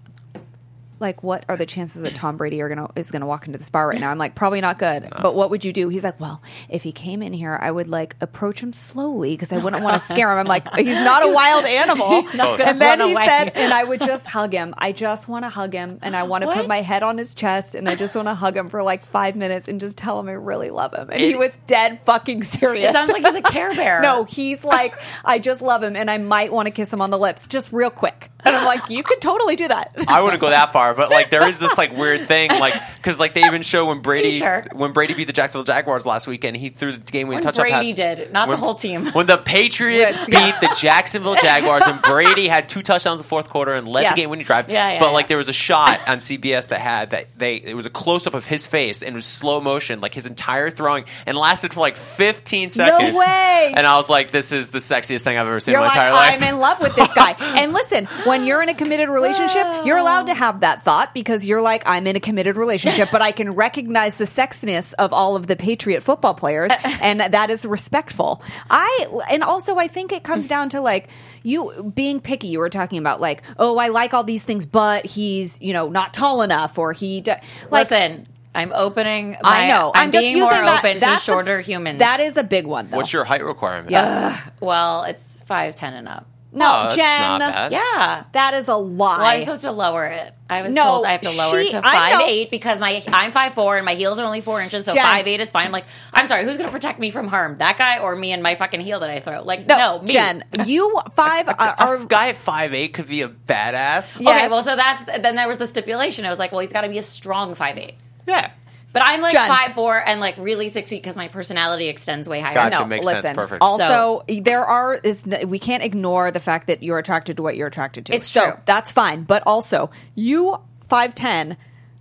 [SPEAKER 3] "Like, what are the chances that Tom Brady are gonna is gonna walk into this bar right now?" I'm like, "Probably not good." But what would you do? He's like, "Well, if he came in here, I would like approach him slowly because I wouldn't want to scare him." I'm like, "He's not a wild animal."
[SPEAKER 4] Oh.
[SPEAKER 1] not gonna
[SPEAKER 3] and then
[SPEAKER 1] run
[SPEAKER 3] he
[SPEAKER 1] away.
[SPEAKER 3] said, "And I would just hug him. I just want to hug him, and I want to put
[SPEAKER 1] What?
[SPEAKER 3] my head on his chest, and I just want to hug him for like five minutes and just tell him I really love him." And he
[SPEAKER 4] It-
[SPEAKER 3] was dead fucking serious.
[SPEAKER 1] It sounds like he's a Care Bear.
[SPEAKER 3] No, he's like, I just love him and I might want to kiss him on the lips just real quick. And I'm like, you could totally do that.
[SPEAKER 4] I wouldn't go that far, but like there is this like weird thing, like because like they even show when Brady
[SPEAKER 1] sure?
[SPEAKER 4] when Brady beat the Jacksonville Jaguars last weekend, he threw the game winning
[SPEAKER 1] When
[SPEAKER 4] touchdown
[SPEAKER 1] Brady
[SPEAKER 4] pass.
[SPEAKER 1] did, not the whole team.
[SPEAKER 4] When the Patriots
[SPEAKER 3] Yes,
[SPEAKER 4] beat
[SPEAKER 3] yes.
[SPEAKER 4] the Jacksonville Jaguars and Brady had two touchdowns in the fourth quarter and led
[SPEAKER 3] Yes.
[SPEAKER 4] the game winning drive,
[SPEAKER 1] Yeah, yeah,
[SPEAKER 4] but
[SPEAKER 1] yeah.
[SPEAKER 4] like there was a shot on CBS that had that they it was a close up of his face and it was slow motion, like his entire throwing, and lasted for like 15 seconds.
[SPEAKER 3] way.
[SPEAKER 4] And I was like, this is the sexiest thing I've ever seen
[SPEAKER 3] You're
[SPEAKER 4] in my
[SPEAKER 3] like,
[SPEAKER 4] entire life.
[SPEAKER 3] I'm in love with this guy. And listen, when you're in a committed relationship, you're allowed to have that thought because you're like, I'm in a committed relationship, but I can recognize the sexiness of all of the Patriot football players, and that is respectful. I and also I think it comes down to like you being picky. You were talking about like, oh, I like all these things, but he's you know not tall enough, or he d- like.
[SPEAKER 1] Listen, I'm opening. My,
[SPEAKER 3] I know.
[SPEAKER 1] I'm,
[SPEAKER 3] I'm, just
[SPEAKER 1] being
[SPEAKER 3] using
[SPEAKER 1] more
[SPEAKER 3] that.
[SPEAKER 1] open to
[SPEAKER 3] that's a-
[SPEAKER 1] shorter humans.
[SPEAKER 3] That is a big one. Though.
[SPEAKER 4] What's your height requirement?
[SPEAKER 1] Uh, well, it's five ten and up.
[SPEAKER 3] no,
[SPEAKER 4] Oh, that's
[SPEAKER 3] Jen?
[SPEAKER 4] not bad.
[SPEAKER 1] Yeah.
[SPEAKER 3] That is a lie.
[SPEAKER 1] Well, I'm supposed to lower it. I was
[SPEAKER 3] No,
[SPEAKER 1] told I have to lower
[SPEAKER 3] she-
[SPEAKER 1] it to
[SPEAKER 3] I
[SPEAKER 1] five
[SPEAKER 3] know-
[SPEAKER 1] eight because my I'm five four and my heels are only four inches, so
[SPEAKER 3] Jen.
[SPEAKER 1] five eight is fine. I'm like, I'm sorry, who's gonna protect me from harm? That guy or me and my fucking heel that I throw? Like, no, me.
[SPEAKER 3] Jen, you five are,
[SPEAKER 4] A
[SPEAKER 3] are
[SPEAKER 4] guy at 5'8 could be a badass.
[SPEAKER 3] Yeah.
[SPEAKER 1] Okay,
[SPEAKER 3] Yes.
[SPEAKER 1] well, so that's then there was the stipulation. I was like, well, he's got to be a strong five eight.
[SPEAKER 4] Oh, Yeah.
[SPEAKER 1] But I'm like
[SPEAKER 3] Jen.
[SPEAKER 1] five four and like really six feet because my personality extends way higher.
[SPEAKER 4] Gotcha.
[SPEAKER 3] no.
[SPEAKER 4] It makes
[SPEAKER 3] listen,
[SPEAKER 4] sense. Perfect.
[SPEAKER 3] also there are is we can't ignore the fact that you're attracted to what you're attracted to.
[SPEAKER 1] It's
[SPEAKER 3] so
[SPEAKER 1] true.
[SPEAKER 3] That's fine, but also you five ten.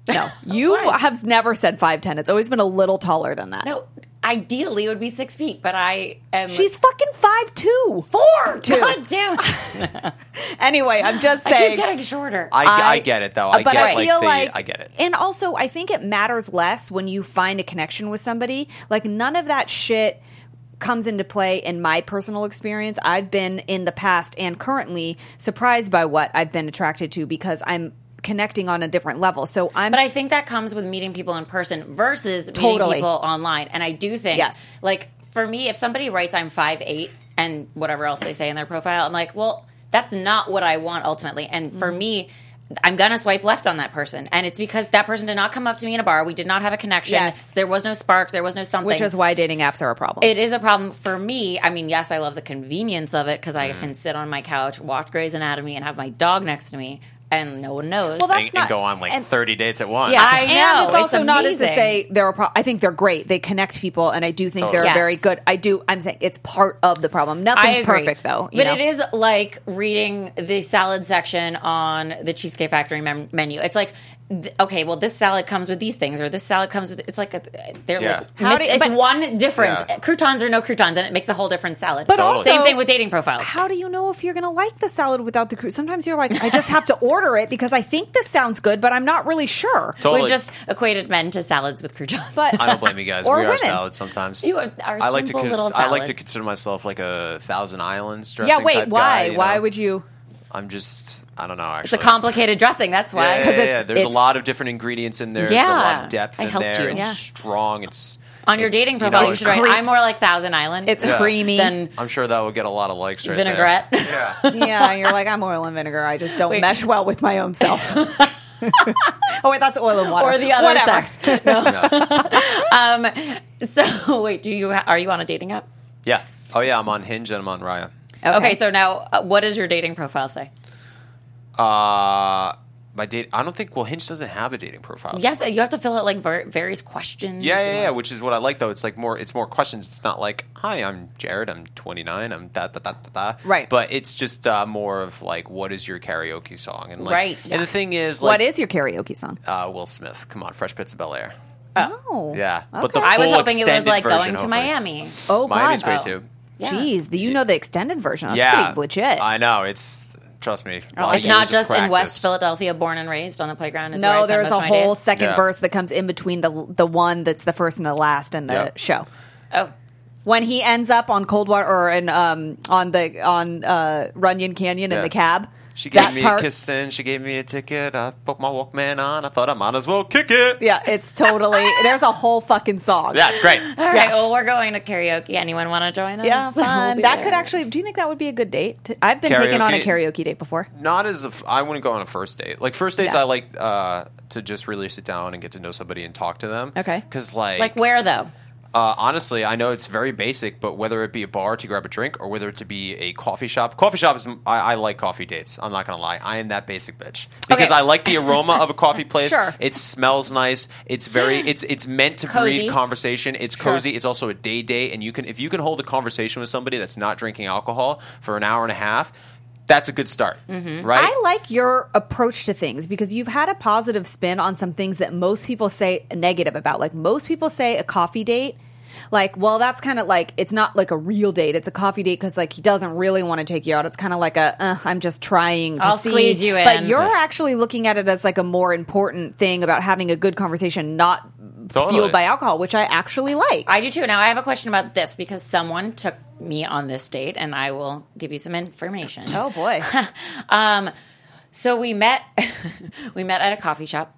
[SPEAKER 3] No, you
[SPEAKER 1] Why?
[SPEAKER 3] have never said five ten. It's always been a little taller than that.
[SPEAKER 1] No, ideally it would be six feet, but I am.
[SPEAKER 3] She's fucking five two.
[SPEAKER 1] four.
[SPEAKER 3] two.
[SPEAKER 1] God damn!
[SPEAKER 3] Anyway, I'm just
[SPEAKER 1] I keep
[SPEAKER 3] saying.
[SPEAKER 1] getting shorter.
[SPEAKER 4] I, I, get it, though. I
[SPEAKER 3] but
[SPEAKER 4] get
[SPEAKER 3] I
[SPEAKER 4] like,
[SPEAKER 3] feel
[SPEAKER 4] the,
[SPEAKER 3] like
[SPEAKER 4] I get it.
[SPEAKER 3] And also, I think it matters less when you find a connection with somebody. Like none of that shit comes into play in my personal experience. I've been in the past and currently surprised by what I've been attracted to because I'm connecting on a different level. So I'm
[SPEAKER 1] But I think that comes with meeting people in person versus meeting
[SPEAKER 3] Totally.
[SPEAKER 1] people online. And I do think,
[SPEAKER 3] Yes.
[SPEAKER 1] like, for me, if somebody writes I'm five eight and whatever else they say in their profile, I'm like, well, that's not what I want ultimately. And
[SPEAKER 3] Mm.
[SPEAKER 1] for me, I'm gonna swipe left on that person, and it's because that person did not come up to me in a bar. We did not have a connection.
[SPEAKER 3] Yes.
[SPEAKER 1] There was no spark. There was no something.
[SPEAKER 3] which is why dating apps are a problem.
[SPEAKER 1] It is a problem for me. I mean, yes, I love the convenience of it because I can sit on my couch, watch Grey's Anatomy, and have my dog next to me, and no one knows.
[SPEAKER 3] Well,
[SPEAKER 4] and,
[SPEAKER 3] that's
[SPEAKER 4] and
[SPEAKER 3] not-
[SPEAKER 4] go on like
[SPEAKER 3] and-
[SPEAKER 4] 30 dates at once.
[SPEAKER 3] Yeah,
[SPEAKER 1] I know,
[SPEAKER 3] And it's
[SPEAKER 1] it's
[SPEAKER 3] also not as to
[SPEAKER 1] amazing.
[SPEAKER 3] say they're. A pro- I think they're great. They connect people, and I do think
[SPEAKER 4] Totally.
[SPEAKER 3] they're
[SPEAKER 1] Yes.
[SPEAKER 3] very good. I do. I'm saying it's part of the problem. Nothing's
[SPEAKER 1] agree.
[SPEAKER 3] perfect, though. you
[SPEAKER 1] But
[SPEAKER 3] know?
[SPEAKER 1] it is like reading the salad section on the Cheesecake Factory mem- menu. It's like, th- okay, well, this salad comes with these things, or this salad comes with. It's like a, they're
[SPEAKER 4] Yeah.
[SPEAKER 1] like
[SPEAKER 3] How
[SPEAKER 1] miss-
[SPEAKER 3] do-
[SPEAKER 1] it's
[SPEAKER 3] but-
[SPEAKER 1] one difference.
[SPEAKER 4] Yeah.
[SPEAKER 1] Croutons or no croutons, and it makes a whole different salad.
[SPEAKER 3] But
[SPEAKER 4] Totally. also-
[SPEAKER 1] same thing with dating profiles.
[SPEAKER 3] How do you know if you're going to like the salad without the cru Sometimes you're like, I just have to order it because I think this sounds good, but I'm not really sure.
[SPEAKER 4] Totally.
[SPEAKER 1] We've just equated men to salads with croutons.
[SPEAKER 3] But
[SPEAKER 4] I don't blame you guys.
[SPEAKER 3] Or
[SPEAKER 4] we are
[SPEAKER 3] women.
[SPEAKER 4] salads sometimes.
[SPEAKER 1] You are- are
[SPEAKER 4] I like to
[SPEAKER 1] simple little
[SPEAKER 4] I like to
[SPEAKER 1] salads.
[SPEAKER 4] consider myself like a Thousand Islands dressing
[SPEAKER 3] yeah, wait,
[SPEAKER 4] type
[SPEAKER 3] why?
[SPEAKER 4] guy, you
[SPEAKER 3] why
[SPEAKER 4] know?
[SPEAKER 3] would you?
[SPEAKER 4] I'm just I don't know. Actually.
[SPEAKER 1] it's a complicated dressing. That's why.
[SPEAKER 4] Yeah, yeah,
[SPEAKER 3] 'Cause
[SPEAKER 4] yeah,
[SPEAKER 3] it's-
[SPEAKER 4] yeah. there's a
[SPEAKER 3] it's-
[SPEAKER 4] lot of different ingredients in there. There's a lot
[SPEAKER 1] Yeah.
[SPEAKER 4] of depth
[SPEAKER 1] I
[SPEAKER 4] in
[SPEAKER 1] helped
[SPEAKER 4] there.
[SPEAKER 1] you.
[SPEAKER 4] It's
[SPEAKER 1] Yeah.
[SPEAKER 4] strong. It's
[SPEAKER 1] on your
[SPEAKER 4] it's,
[SPEAKER 1] dating
[SPEAKER 4] you
[SPEAKER 1] profile, you,
[SPEAKER 4] know,
[SPEAKER 1] should
[SPEAKER 4] it's-
[SPEAKER 1] write,
[SPEAKER 3] cre-
[SPEAKER 1] "I'm more like Thousand Island."
[SPEAKER 3] It's
[SPEAKER 4] Yeah.
[SPEAKER 3] creamy.
[SPEAKER 1] than
[SPEAKER 4] I'm sure that would get a lot of likes right
[SPEAKER 1] vinaigrette.
[SPEAKER 4] there. Yeah.
[SPEAKER 3] yeah, you're like, I'm oil and vinegar. I just don't
[SPEAKER 1] Wait.
[SPEAKER 3] mesh well with my own self. oh, wait, that's oil and water.
[SPEAKER 1] or the other
[SPEAKER 3] Whatever.
[SPEAKER 1] sex. No. um, so wait, do you ha- are you on a dating app?
[SPEAKER 4] yeah. Oh yeah, I'm on Hinge and I'm on Raya.
[SPEAKER 1] Okay, so now uh, what does your dating profile say?
[SPEAKER 4] Uh my date I don't think well Hinge doesn't have a dating profile.
[SPEAKER 1] Yes, you have to fill out like ver- various questions.
[SPEAKER 4] Yeah,
[SPEAKER 1] and,
[SPEAKER 4] yeah, yeah,
[SPEAKER 1] like-
[SPEAKER 4] which is what I like though. It's like more it's more questions. It's not like, "Hi, I'm Jared. I'm 29. I'm da da da da da."
[SPEAKER 3] Right.
[SPEAKER 4] But it's just uh, more of like what is your karaoke song and like
[SPEAKER 1] Right.
[SPEAKER 4] And the thing is like
[SPEAKER 3] What is your karaoke song?
[SPEAKER 4] uh, Will Smith. Come on, Fresh Prince of Bel-Air.
[SPEAKER 3] Oh.
[SPEAKER 4] Yeah.
[SPEAKER 3] Okay.
[SPEAKER 1] I was
[SPEAKER 4] full
[SPEAKER 1] hoping it was
[SPEAKER 4] extended
[SPEAKER 1] like
[SPEAKER 4] version,
[SPEAKER 1] going to
[SPEAKER 4] hopefully.
[SPEAKER 1] Miami.
[SPEAKER 3] Oh, God.
[SPEAKER 4] Miami's great
[SPEAKER 1] Oh.
[SPEAKER 4] too.
[SPEAKER 1] Yeah.
[SPEAKER 3] Jeez, the, you know the extended version. That's
[SPEAKER 4] yeah,
[SPEAKER 3] pretty legit. Oh,
[SPEAKER 4] I know. It's trust me. a lot of
[SPEAKER 1] It's not
[SPEAKER 4] years of
[SPEAKER 1] just in West
[SPEAKER 4] practice.
[SPEAKER 1] Philadelphia, born and raised on the playground. Is where I
[SPEAKER 3] no,
[SPEAKER 1] spend
[SPEAKER 3] there's
[SPEAKER 1] most
[SPEAKER 3] a
[SPEAKER 1] of my
[SPEAKER 3] whole
[SPEAKER 1] days.
[SPEAKER 3] second
[SPEAKER 4] Yeah.
[SPEAKER 3] verse that comes in between the the one that's the first and the last in the
[SPEAKER 4] Yeah.
[SPEAKER 3] show.
[SPEAKER 1] Oh,
[SPEAKER 3] When he ends up on cold water or in, um, on the on uh, Runyon Canyon in
[SPEAKER 4] Yeah.
[SPEAKER 3] the cab,
[SPEAKER 4] She gave
[SPEAKER 3] that
[SPEAKER 4] me
[SPEAKER 3] part-
[SPEAKER 4] a kiss and she gave me a ticket. I put my Walkman on. I thought I might as well kick it.
[SPEAKER 3] Yeah, it's totally. there's a whole fucking song.
[SPEAKER 4] That's great.
[SPEAKER 1] all right. Well, we're going to karaoke. Anyone want to join us?
[SPEAKER 3] Yeah,
[SPEAKER 1] We'll
[SPEAKER 3] fun.
[SPEAKER 1] be
[SPEAKER 3] that
[SPEAKER 1] there.
[SPEAKER 3] could actually. Do you think that would be a good date? To, I've been taken on a
[SPEAKER 4] Karaoke?
[SPEAKER 3] karaoke date before.
[SPEAKER 4] Not as if I wouldn't go on a first date. Like first dates,
[SPEAKER 3] Yeah.
[SPEAKER 4] I like uh, to just really sit down and get to know somebody and talk to them.
[SPEAKER 3] Okay.
[SPEAKER 4] Because like,
[SPEAKER 1] like where though?
[SPEAKER 4] uh, honestly, I know it's very basic, but whether it be a bar to grab a drink or whether it to be a coffee shop, coffee shop is I, I like coffee dates. I'm not gonna lie, I am that basic bitch
[SPEAKER 1] Okay.
[SPEAKER 4] because I like the aroma of a coffee place.
[SPEAKER 3] Sure.
[SPEAKER 4] It smells nice. It's very it's it's meant to
[SPEAKER 1] cozy.
[SPEAKER 4] breathe conversation. It's cozy. It's also a day date, and you can if you can hold a conversation with somebody that's not drinking alcohol for an hour and a half, that's a good start, right?
[SPEAKER 3] I like your approach to things because you've had a positive spin on some things that most people say negative about. Like most people say a coffee date, like, well, that's kind of like it's not like a real date. It's a coffee date because like he doesn't really want to take you out. It's kind of like a uh, I'm just trying to
[SPEAKER 1] I'll
[SPEAKER 3] see.
[SPEAKER 1] squeeze you in.
[SPEAKER 3] But you're actually looking at it as like a more important thing about having a good conversation, not
[SPEAKER 4] Totally.
[SPEAKER 3] fueled by alcohol, which I actually like.
[SPEAKER 1] I do too. Now I have a question about this because someone took me on this date, and I will give you some information.
[SPEAKER 3] oh boy,
[SPEAKER 1] Um, so we met, we met at a coffee shop.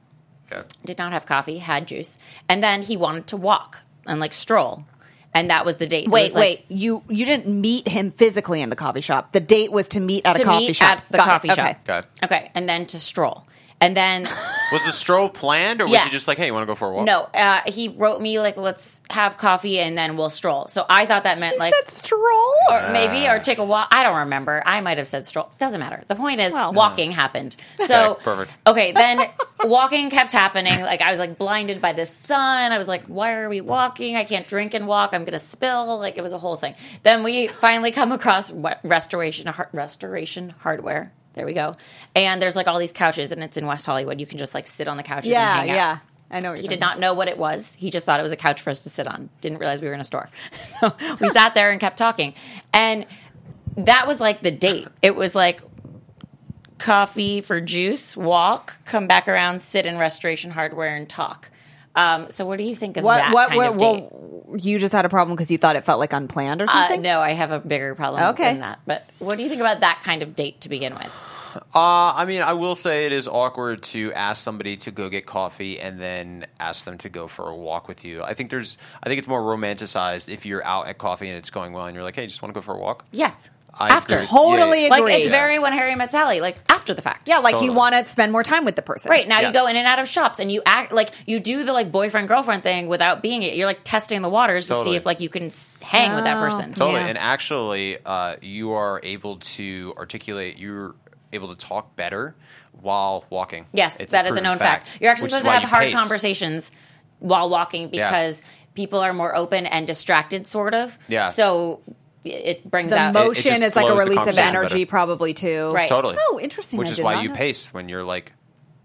[SPEAKER 4] Okay.
[SPEAKER 1] Did not have coffee, had juice, and then he wanted to walk and like stroll, and that was the date. It
[SPEAKER 3] wait,
[SPEAKER 1] was, like,
[SPEAKER 3] wait. You you didn't meet him physically in the coffee shop. The date was to meet at
[SPEAKER 1] to
[SPEAKER 3] a coffee
[SPEAKER 1] meet
[SPEAKER 3] shop
[SPEAKER 1] at the
[SPEAKER 3] Got it.
[SPEAKER 1] coffee shop.
[SPEAKER 3] Okay.
[SPEAKER 4] Okay.
[SPEAKER 1] okay, and then to stroll, and then
[SPEAKER 4] Was the stroll planned, or was
[SPEAKER 1] Yeah.
[SPEAKER 4] he just like, "Hey, you want to go for a walk?"
[SPEAKER 1] no, uh, he wrote me like, "Let's have coffee and then we'll stroll." So I thought that meant like
[SPEAKER 3] stroll.
[SPEAKER 1] or maybe
[SPEAKER 4] Uh.
[SPEAKER 1] or take a walk. I don't remember. I might have said stroll. Doesn't matter. The point is
[SPEAKER 3] Well-
[SPEAKER 1] walking happened. So
[SPEAKER 4] Okay, perfect.
[SPEAKER 1] Okay, then walking kept happening. Like I was like blinded by the sun. I was like, why are we walking? I can't drink and walk. I'm gonna spill. Like it was a whole thing. Then we finally come across what, restoration Har- restoration hardware. There we go. And there's like all these couches, and it's in West Hollywood. You can just like sit on the couches. and
[SPEAKER 3] yeah,
[SPEAKER 1] hang out.
[SPEAKER 3] yeah. I know what you're
[SPEAKER 1] He did not know what it was. He just thought it was a couch for us to sit on. Didn't realize we were in a store. So we sat there and kept talking. And that was like the date. It was like coffee for juice, walk, come back around, sit in restoration hardware and talk. Um, so what do you think of
[SPEAKER 3] What?
[SPEAKER 1] that
[SPEAKER 3] What?
[SPEAKER 1] kind
[SPEAKER 3] What?
[SPEAKER 1] of date?
[SPEAKER 3] well, you just had a problem because you thought it felt like unplanned or
[SPEAKER 1] Uh,
[SPEAKER 3] something.
[SPEAKER 1] no, I have a bigger problem
[SPEAKER 3] Okay.
[SPEAKER 1] than that. But what do you think about that kind of date to begin with?
[SPEAKER 4] Uh, I mean, I will say it is awkward to ask somebody to go get coffee and then ask them to go for a walk with you. I think there's, I think it's more romanticized if you're out at coffee and it's going well and you're like, hey, just want to go for a walk.
[SPEAKER 1] Yes.
[SPEAKER 4] I
[SPEAKER 1] after.
[SPEAKER 4] agree.
[SPEAKER 3] Totally
[SPEAKER 4] Yeah, yeah.
[SPEAKER 1] Like
[SPEAKER 3] agree.
[SPEAKER 1] it's very when Harry met Sally, like after the fact.
[SPEAKER 3] Yeah, like you
[SPEAKER 4] Totally.
[SPEAKER 3] want to spend more time with the person.
[SPEAKER 1] Right now, you
[SPEAKER 4] Yes.
[SPEAKER 1] go in and out of shops, and you act like you do the like boyfriend girlfriend thing without being it. You're like testing the waters to see
[SPEAKER 4] Totally.
[SPEAKER 1] if like you can s- hang with that
[SPEAKER 3] Oh.
[SPEAKER 1] person.
[SPEAKER 4] Totally.
[SPEAKER 3] Yeah.
[SPEAKER 4] And actually, uh, you are able to articulate, you're able to talk better while walking.
[SPEAKER 1] Yes,
[SPEAKER 4] It's
[SPEAKER 1] that is a
[SPEAKER 4] proven
[SPEAKER 1] known fact. You're actually
[SPEAKER 4] which is
[SPEAKER 1] supposed to
[SPEAKER 4] why
[SPEAKER 1] have
[SPEAKER 4] you
[SPEAKER 1] hard
[SPEAKER 4] pace.
[SPEAKER 1] conversations while walking because people are more open and distracted, sort of.
[SPEAKER 4] Yeah.
[SPEAKER 1] So it brings
[SPEAKER 3] The
[SPEAKER 1] out
[SPEAKER 3] motion
[SPEAKER 4] just
[SPEAKER 3] is like a
[SPEAKER 4] flows the
[SPEAKER 3] release of
[SPEAKER 4] conversation
[SPEAKER 3] energy,
[SPEAKER 4] better.
[SPEAKER 3] probably too.
[SPEAKER 1] Right.
[SPEAKER 4] Totally.
[SPEAKER 3] Oh, interesting.
[SPEAKER 4] Which
[SPEAKER 3] I
[SPEAKER 4] is
[SPEAKER 3] did
[SPEAKER 4] why
[SPEAKER 3] not
[SPEAKER 4] you
[SPEAKER 3] know.
[SPEAKER 4] pace when you're like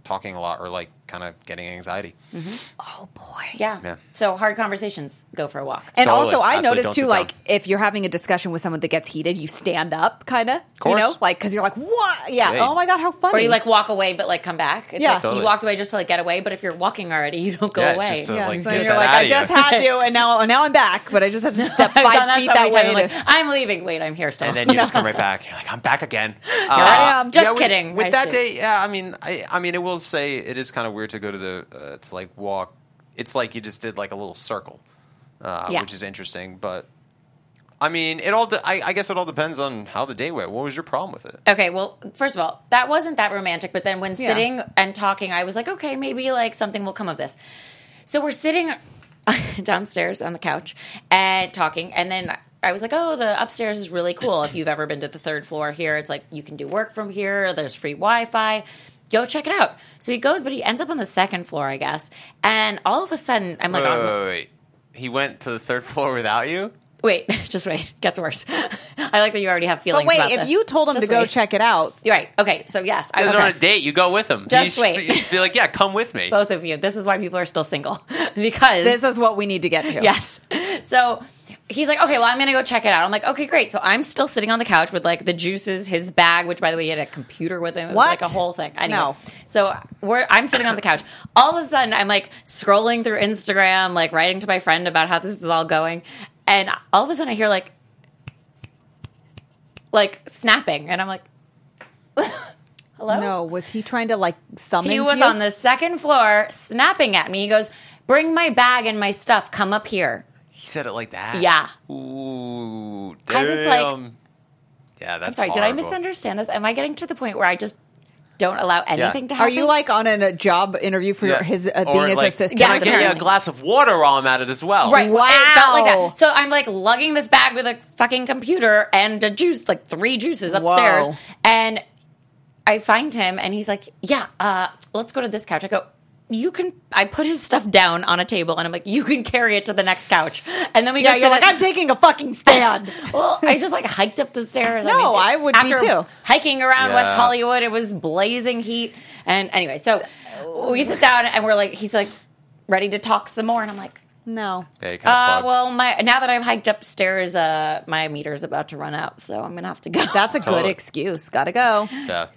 [SPEAKER 4] talking a lot or like kind of getting anxiety.
[SPEAKER 1] Mm-hmm.
[SPEAKER 3] Oh boy.
[SPEAKER 1] Yeah.
[SPEAKER 4] Yeah.
[SPEAKER 1] So hard conversations. Go for a walk.
[SPEAKER 3] And
[SPEAKER 4] Totally.
[SPEAKER 3] also, I
[SPEAKER 4] Absolutely.
[SPEAKER 3] noticed
[SPEAKER 4] Don't
[SPEAKER 3] too,
[SPEAKER 4] sit
[SPEAKER 3] like
[SPEAKER 4] down.
[SPEAKER 3] if you're having a discussion with someone that gets heated, you stand up, kind of, you
[SPEAKER 4] course.
[SPEAKER 3] know, like because you're like, what? Yeah.
[SPEAKER 4] Hey.
[SPEAKER 3] Oh my god, how funny.
[SPEAKER 1] or you like walk away but like come back. It's
[SPEAKER 3] Yeah.
[SPEAKER 1] like,
[SPEAKER 4] Totally.
[SPEAKER 1] You walked away just to like get away, but if you're walking already, you don't go
[SPEAKER 4] Yeah,
[SPEAKER 1] away.
[SPEAKER 4] just to,
[SPEAKER 3] yeah.
[SPEAKER 4] like,
[SPEAKER 3] so
[SPEAKER 4] get
[SPEAKER 3] you're
[SPEAKER 4] that
[SPEAKER 3] like,
[SPEAKER 4] out
[SPEAKER 3] I
[SPEAKER 4] of you.
[SPEAKER 3] just had to, and now now I'm back, but I just had to step
[SPEAKER 1] I've done
[SPEAKER 3] five
[SPEAKER 1] that
[SPEAKER 3] feet
[SPEAKER 1] so many
[SPEAKER 3] that
[SPEAKER 1] times.
[SPEAKER 3] way.
[SPEAKER 1] I'm
[SPEAKER 3] to-
[SPEAKER 1] like, I'm leaving. Wait, I'm here still.
[SPEAKER 4] and then you just come right back. You're like, I'm back again. Uh,
[SPEAKER 1] I am. Just
[SPEAKER 4] with-
[SPEAKER 1] kidding.
[SPEAKER 4] With
[SPEAKER 1] I
[SPEAKER 4] that
[SPEAKER 1] see.
[SPEAKER 4] day, yeah. I mean, I, I mean, I will say it is kind of weird to go to the uh, to like walk. It's like you just did like a little circle, uh,
[SPEAKER 1] Yeah.
[SPEAKER 4] which is interesting. But I mean, it all. De- I, I guess it all depends on how the day went. What was your problem with it?
[SPEAKER 1] Okay, well, first of all, that wasn't that romantic, but then when
[SPEAKER 3] Yeah.
[SPEAKER 1] sitting and talking, I was like, okay, maybe like something will come of this. So we're sitting downstairs on the couch and talking, and then I was like, oh, the upstairs is really cool. If you've ever been to the third floor here, it's like you can do work from here, there's free Wi Fi. Go check it out. So he goes, but he ends up on the second floor, I guess. And all of a sudden, I'm like,
[SPEAKER 4] Wait,
[SPEAKER 1] on,
[SPEAKER 4] wait, wait, wait. He went to the third floor without you.
[SPEAKER 1] wait, just wait, gets worse. I like that you already have feelings.
[SPEAKER 3] but wait,
[SPEAKER 1] about
[SPEAKER 3] if
[SPEAKER 1] this.
[SPEAKER 3] you told him
[SPEAKER 1] Just
[SPEAKER 3] to go
[SPEAKER 1] wait.
[SPEAKER 3] check it out,
[SPEAKER 1] You're right. Okay, so yes, I
[SPEAKER 4] You
[SPEAKER 1] was
[SPEAKER 4] guys are on a date. You go with him.
[SPEAKER 1] Just
[SPEAKER 4] You should-
[SPEAKER 1] wait.
[SPEAKER 4] you should Be like, yeah, come with me.
[SPEAKER 1] both of you. This is why people are still single because
[SPEAKER 3] this is what we need to get to.
[SPEAKER 1] yes. So he's like, okay, well, I'm gonna go check it out. I'm like, okay, great. So I'm still sitting on the couch with like the juices, his bag, which by the way, he had a computer with him. It was
[SPEAKER 3] What?
[SPEAKER 1] like a whole thing. Anyway,
[SPEAKER 3] No.
[SPEAKER 1] so we're I'm sitting on the couch. All of a sudden, I'm like scrolling through Instagram, like writing to my friend about how this is all going, and all of a sudden, I hear like like snapping, and I'm like, hello,
[SPEAKER 3] No, was he trying to like summon?
[SPEAKER 1] he was
[SPEAKER 3] you?
[SPEAKER 1] on the second floor snapping at me. He goes, Bring my bag and my stuff. Come up here.
[SPEAKER 4] He said it like that.
[SPEAKER 1] Yeah.
[SPEAKER 4] Ooh. Damn.
[SPEAKER 1] I was like-
[SPEAKER 4] yeah. That's
[SPEAKER 1] I'm sorry, did I
[SPEAKER 4] horrible.
[SPEAKER 1] misunderstand this? Am I getting to the point where I just don't allow anything to
[SPEAKER 4] Are
[SPEAKER 1] happen?
[SPEAKER 3] Are you like on a, a job interview for
[SPEAKER 4] Yeah.
[SPEAKER 3] his uh,
[SPEAKER 4] Or,
[SPEAKER 3] being his
[SPEAKER 4] like,
[SPEAKER 3] assistant?
[SPEAKER 4] Can I
[SPEAKER 1] Yes,
[SPEAKER 4] get you a
[SPEAKER 1] apparently.
[SPEAKER 4] glass of water while I'm at it as well?
[SPEAKER 1] Right. Wow. It felt like
[SPEAKER 3] Wow.
[SPEAKER 1] that. So I'm like lugging this bag with a fucking computer and a juice, like three juices upstairs.
[SPEAKER 3] Whoa.
[SPEAKER 1] And I find him and he's like, Yeah, uh, let's go to this couch. I go, You can I put his stuff down on a table and I'm like, You can carry it to the next couch. And then we go
[SPEAKER 3] Yeah, you're
[SPEAKER 1] sit
[SPEAKER 3] like,
[SPEAKER 1] at-
[SPEAKER 3] I'm taking a fucking stand.
[SPEAKER 1] Well, I just like hiked up the stairs.
[SPEAKER 3] No,
[SPEAKER 1] mean,
[SPEAKER 3] I would be,
[SPEAKER 1] after
[SPEAKER 3] too.
[SPEAKER 1] Hiking around
[SPEAKER 4] Yeah.
[SPEAKER 1] West Hollywood, it was blazing heat. And anyway, so we sit down and we're like, he's like ready to talk some more, and I'm like,
[SPEAKER 3] no.
[SPEAKER 4] Yeah, you kinda
[SPEAKER 1] uh,
[SPEAKER 4] bugged.
[SPEAKER 1] well, my now that I've hiked upstairs, uh, my meter's about to run out, so I'm gonna have to go.
[SPEAKER 3] That's a good
[SPEAKER 4] Totally.
[SPEAKER 3] excuse. Gotta go.
[SPEAKER 4] Yeah.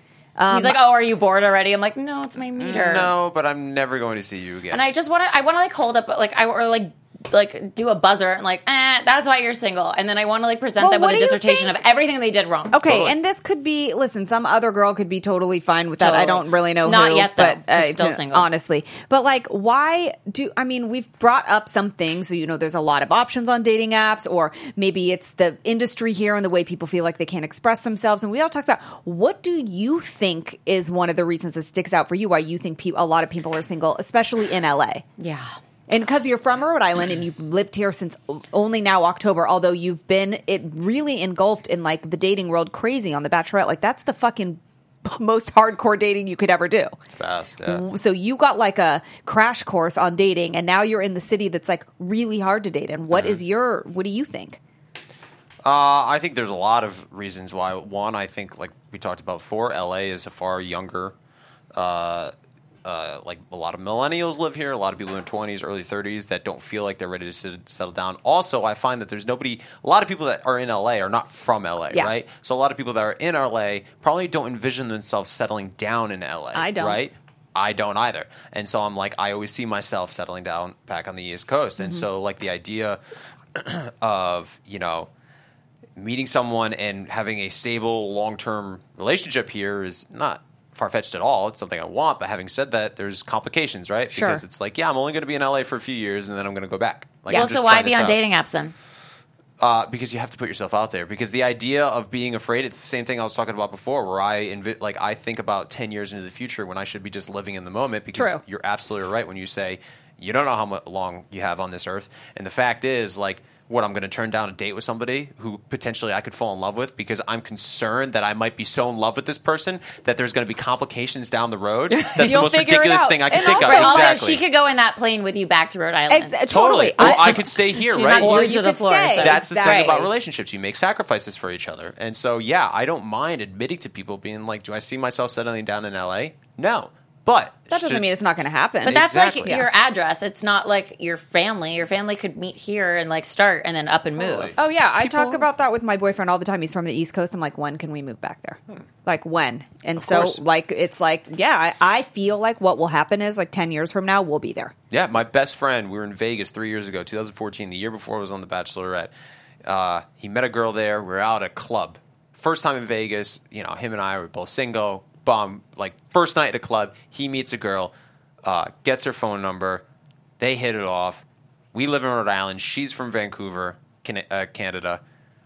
[SPEAKER 1] he's like, oh, are you bored already? I'm like, no, it's my meter.
[SPEAKER 4] Mm, No, but I'm never going to see you again.
[SPEAKER 1] and I just want to, I want to like hold up, like I or like like do a buzzer and like, eh, that's why you're single, and then I want to like present
[SPEAKER 3] Well,
[SPEAKER 1] them
[SPEAKER 3] what
[SPEAKER 1] with a
[SPEAKER 3] do you
[SPEAKER 1] dissertation of
[SPEAKER 3] think-
[SPEAKER 1] everything they did wrong.
[SPEAKER 3] Okay,
[SPEAKER 4] Totally.
[SPEAKER 3] and this could be. Listen, some other girl could be totally fine with that.
[SPEAKER 1] Totally.
[SPEAKER 3] I don't really know.
[SPEAKER 1] Not
[SPEAKER 3] who,
[SPEAKER 1] yet, though.
[SPEAKER 3] But, uh,
[SPEAKER 1] He's still
[SPEAKER 3] to-
[SPEAKER 1] single.
[SPEAKER 3] honestly. But like, why do? I mean, we've brought up some things. So you know, there's a lot of options on dating apps, or maybe it's the industry here and the way people feel like they can't express themselves. And we all talked about what do you think is one of the reasons that sticks out for you? Why you think peop a lot of people are single, especially in LA?
[SPEAKER 1] Yeah.
[SPEAKER 3] And because you're from Rhode Island and you've lived here since only now October, although you've been it really engulfed in like the dating world crazy on The Bachelorette, like that's the fucking most hardcore dating you could ever do.
[SPEAKER 4] It's fast. Yeah.
[SPEAKER 3] So you got like a crash course on dating, and now you're in the city that's like really hard to date. And
[SPEAKER 4] Mm-hmm.
[SPEAKER 3] what is your? What do you think?
[SPEAKER 4] Uh, I think there's a lot of reasons why. One, I think like we talked about before, LA is a far younger. Uh, uh, like a lot of millennials live here, a lot of people in their 20s, early 30s that don't feel like they're ready to sit, settle down. Also, I find that there's nobody, a lot of people that are in LA are not from LA,
[SPEAKER 3] Yeah.
[SPEAKER 4] right? So, a lot of people that are in LA probably don't envision themselves settling down in LA.
[SPEAKER 3] I don't.
[SPEAKER 4] Right? I don't either. And so, I'm like, I always see myself settling down
[SPEAKER 3] Mm-hmm.
[SPEAKER 4] back on the East Coast. And so, like, the idea of, you know, meeting someone and having a stable long term relationship here is not far fetched at all. It's something I want. But having said that, there's complications, right?
[SPEAKER 3] Sure.
[SPEAKER 4] Because it's like, yeah, I'm only going to be in LA for a few years and then I'm going to go back. Like, I'm
[SPEAKER 1] well,
[SPEAKER 4] just
[SPEAKER 1] so why
[SPEAKER 4] trying
[SPEAKER 1] be
[SPEAKER 4] this
[SPEAKER 1] on
[SPEAKER 4] out.
[SPEAKER 1] dating apps then?
[SPEAKER 4] Uh, because you have to put yourself out there. Because the idea of being afraid, it's the same thing I was talking about before, where I invi- like I think about ten years into the future when I should be just living in the moment. Because
[SPEAKER 3] True.
[SPEAKER 4] you're absolutely right when you say you don't know how mu- long you have on this earth, and the fact is like. What I'm going to turn down a date with somebody who potentially I could fall in love with because I'm concerned that I might be so in love with this person that there's going to be complications down the road. That's the
[SPEAKER 3] You'll
[SPEAKER 4] most
[SPEAKER 3] figure it
[SPEAKER 4] ridiculous
[SPEAKER 3] out.
[SPEAKER 4] thing I could
[SPEAKER 3] And
[SPEAKER 4] think
[SPEAKER 1] Right,
[SPEAKER 4] of.
[SPEAKER 1] also,
[SPEAKER 4] Exactly.
[SPEAKER 1] she could go in that plane with you back to Rhode Island.
[SPEAKER 3] Ex- totally.
[SPEAKER 4] Totally. Or I could stay here,
[SPEAKER 1] uh, She's
[SPEAKER 4] right?
[SPEAKER 1] not
[SPEAKER 4] Or
[SPEAKER 1] glued
[SPEAKER 3] you
[SPEAKER 1] to the
[SPEAKER 3] could
[SPEAKER 1] floor.
[SPEAKER 3] stay.
[SPEAKER 1] So
[SPEAKER 4] That's the
[SPEAKER 3] Right.
[SPEAKER 4] thing about relationships. You make sacrifices for each other. And so, yeah, I don't mind admitting to people being like, do I see myself settling down in LA? No. But
[SPEAKER 3] That doesn't
[SPEAKER 4] should-
[SPEAKER 3] mean it's not going to happen.
[SPEAKER 1] But that's like
[SPEAKER 4] Exactly.
[SPEAKER 1] your address. It's not like your family. Your family could meet here and like start and then up and move.
[SPEAKER 4] Totally.
[SPEAKER 3] Oh yeah, I talk
[SPEAKER 4] People-
[SPEAKER 3] about that with my boyfriend all the time. He's from the East Coast. I'm like, when can we move back there? Like when? And so
[SPEAKER 4] course.
[SPEAKER 3] like it's like yeah, I, I feel like what will happen is like ten years from now we'll be there.
[SPEAKER 4] Yeah, my best friend, we were in Vegas three years ago, 2014, the year before I was on The Bachelorette. Uh, he met a girl there. We were out at a club. First time in Vegas, you know, him and I were both single. Bomb, like, first night at a club, he meets a girl, uh, gets her phone number. They hit it off. We live in Rhode Island. She's from Vancouver, Can- uh, Canada.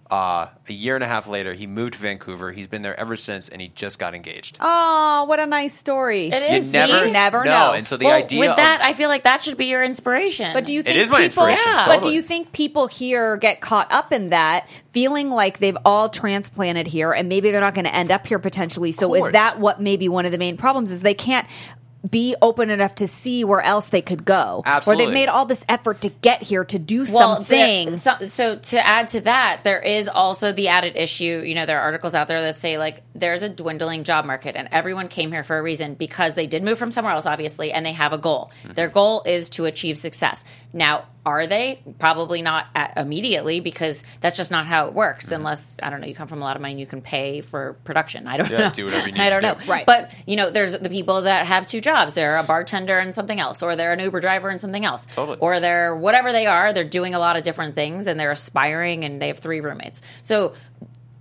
[SPEAKER 4] Uh, a year and a half later, he moved to Vancouver. He's been there ever since, and he just got engaged.
[SPEAKER 3] Oh, what a nice story.
[SPEAKER 1] It is.
[SPEAKER 3] never-
[SPEAKER 1] see?
[SPEAKER 3] never
[SPEAKER 4] no.
[SPEAKER 3] know.
[SPEAKER 4] And so the
[SPEAKER 1] Well,
[SPEAKER 4] idea
[SPEAKER 1] with
[SPEAKER 4] of-
[SPEAKER 1] that, I feel like that should be your inspiration.
[SPEAKER 3] But do you think
[SPEAKER 4] is my
[SPEAKER 3] people?
[SPEAKER 4] inspiration,
[SPEAKER 1] Yeah.
[SPEAKER 3] But do
[SPEAKER 4] totally.
[SPEAKER 3] you think people here get caught up in that, feeling like they've all transplanted here and maybe they're not going to end up here potentially? So is
[SPEAKER 4] course.
[SPEAKER 3] that what maybe one of the main problems is they can't be open enough to see where else they could go, or
[SPEAKER 4] Absolutely.
[SPEAKER 3] they've made all this effort to get here to do
[SPEAKER 1] there-
[SPEAKER 3] something.
[SPEAKER 1] So, so to add to that, there is also the added issue. You know, there are articles out there that say like there's a dwindling job market, and everyone came here for a reason because they did move from somewhere else, obviously, and they have a goal.
[SPEAKER 4] Mm-hmm.
[SPEAKER 1] Their goal is to achieve success. Now, are they? Probably not at, immediately because that's just not how it works.
[SPEAKER 4] Mm-hmm.
[SPEAKER 1] Unless I don't know, you come from a lot of money, and you can pay for production. I don't
[SPEAKER 4] Yeah,
[SPEAKER 1] know.
[SPEAKER 4] do whatever you need
[SPEAKER 1] I don't
[SPEAKER 4] to
[SPEAKER 1] know.
[SPEAKER 4] do.
[SPEAKER 3] Right.
[SPEAKER 1] But you know, there's the people that have two jobs. They're a bartender and something else, or they're an Uber driver and something else,
[SPEAKER 4] Totally.
[SPEAKER 1] or they're whatever they are. They're doing a lot of different things, and they're aspiring, and they have three roommates. So.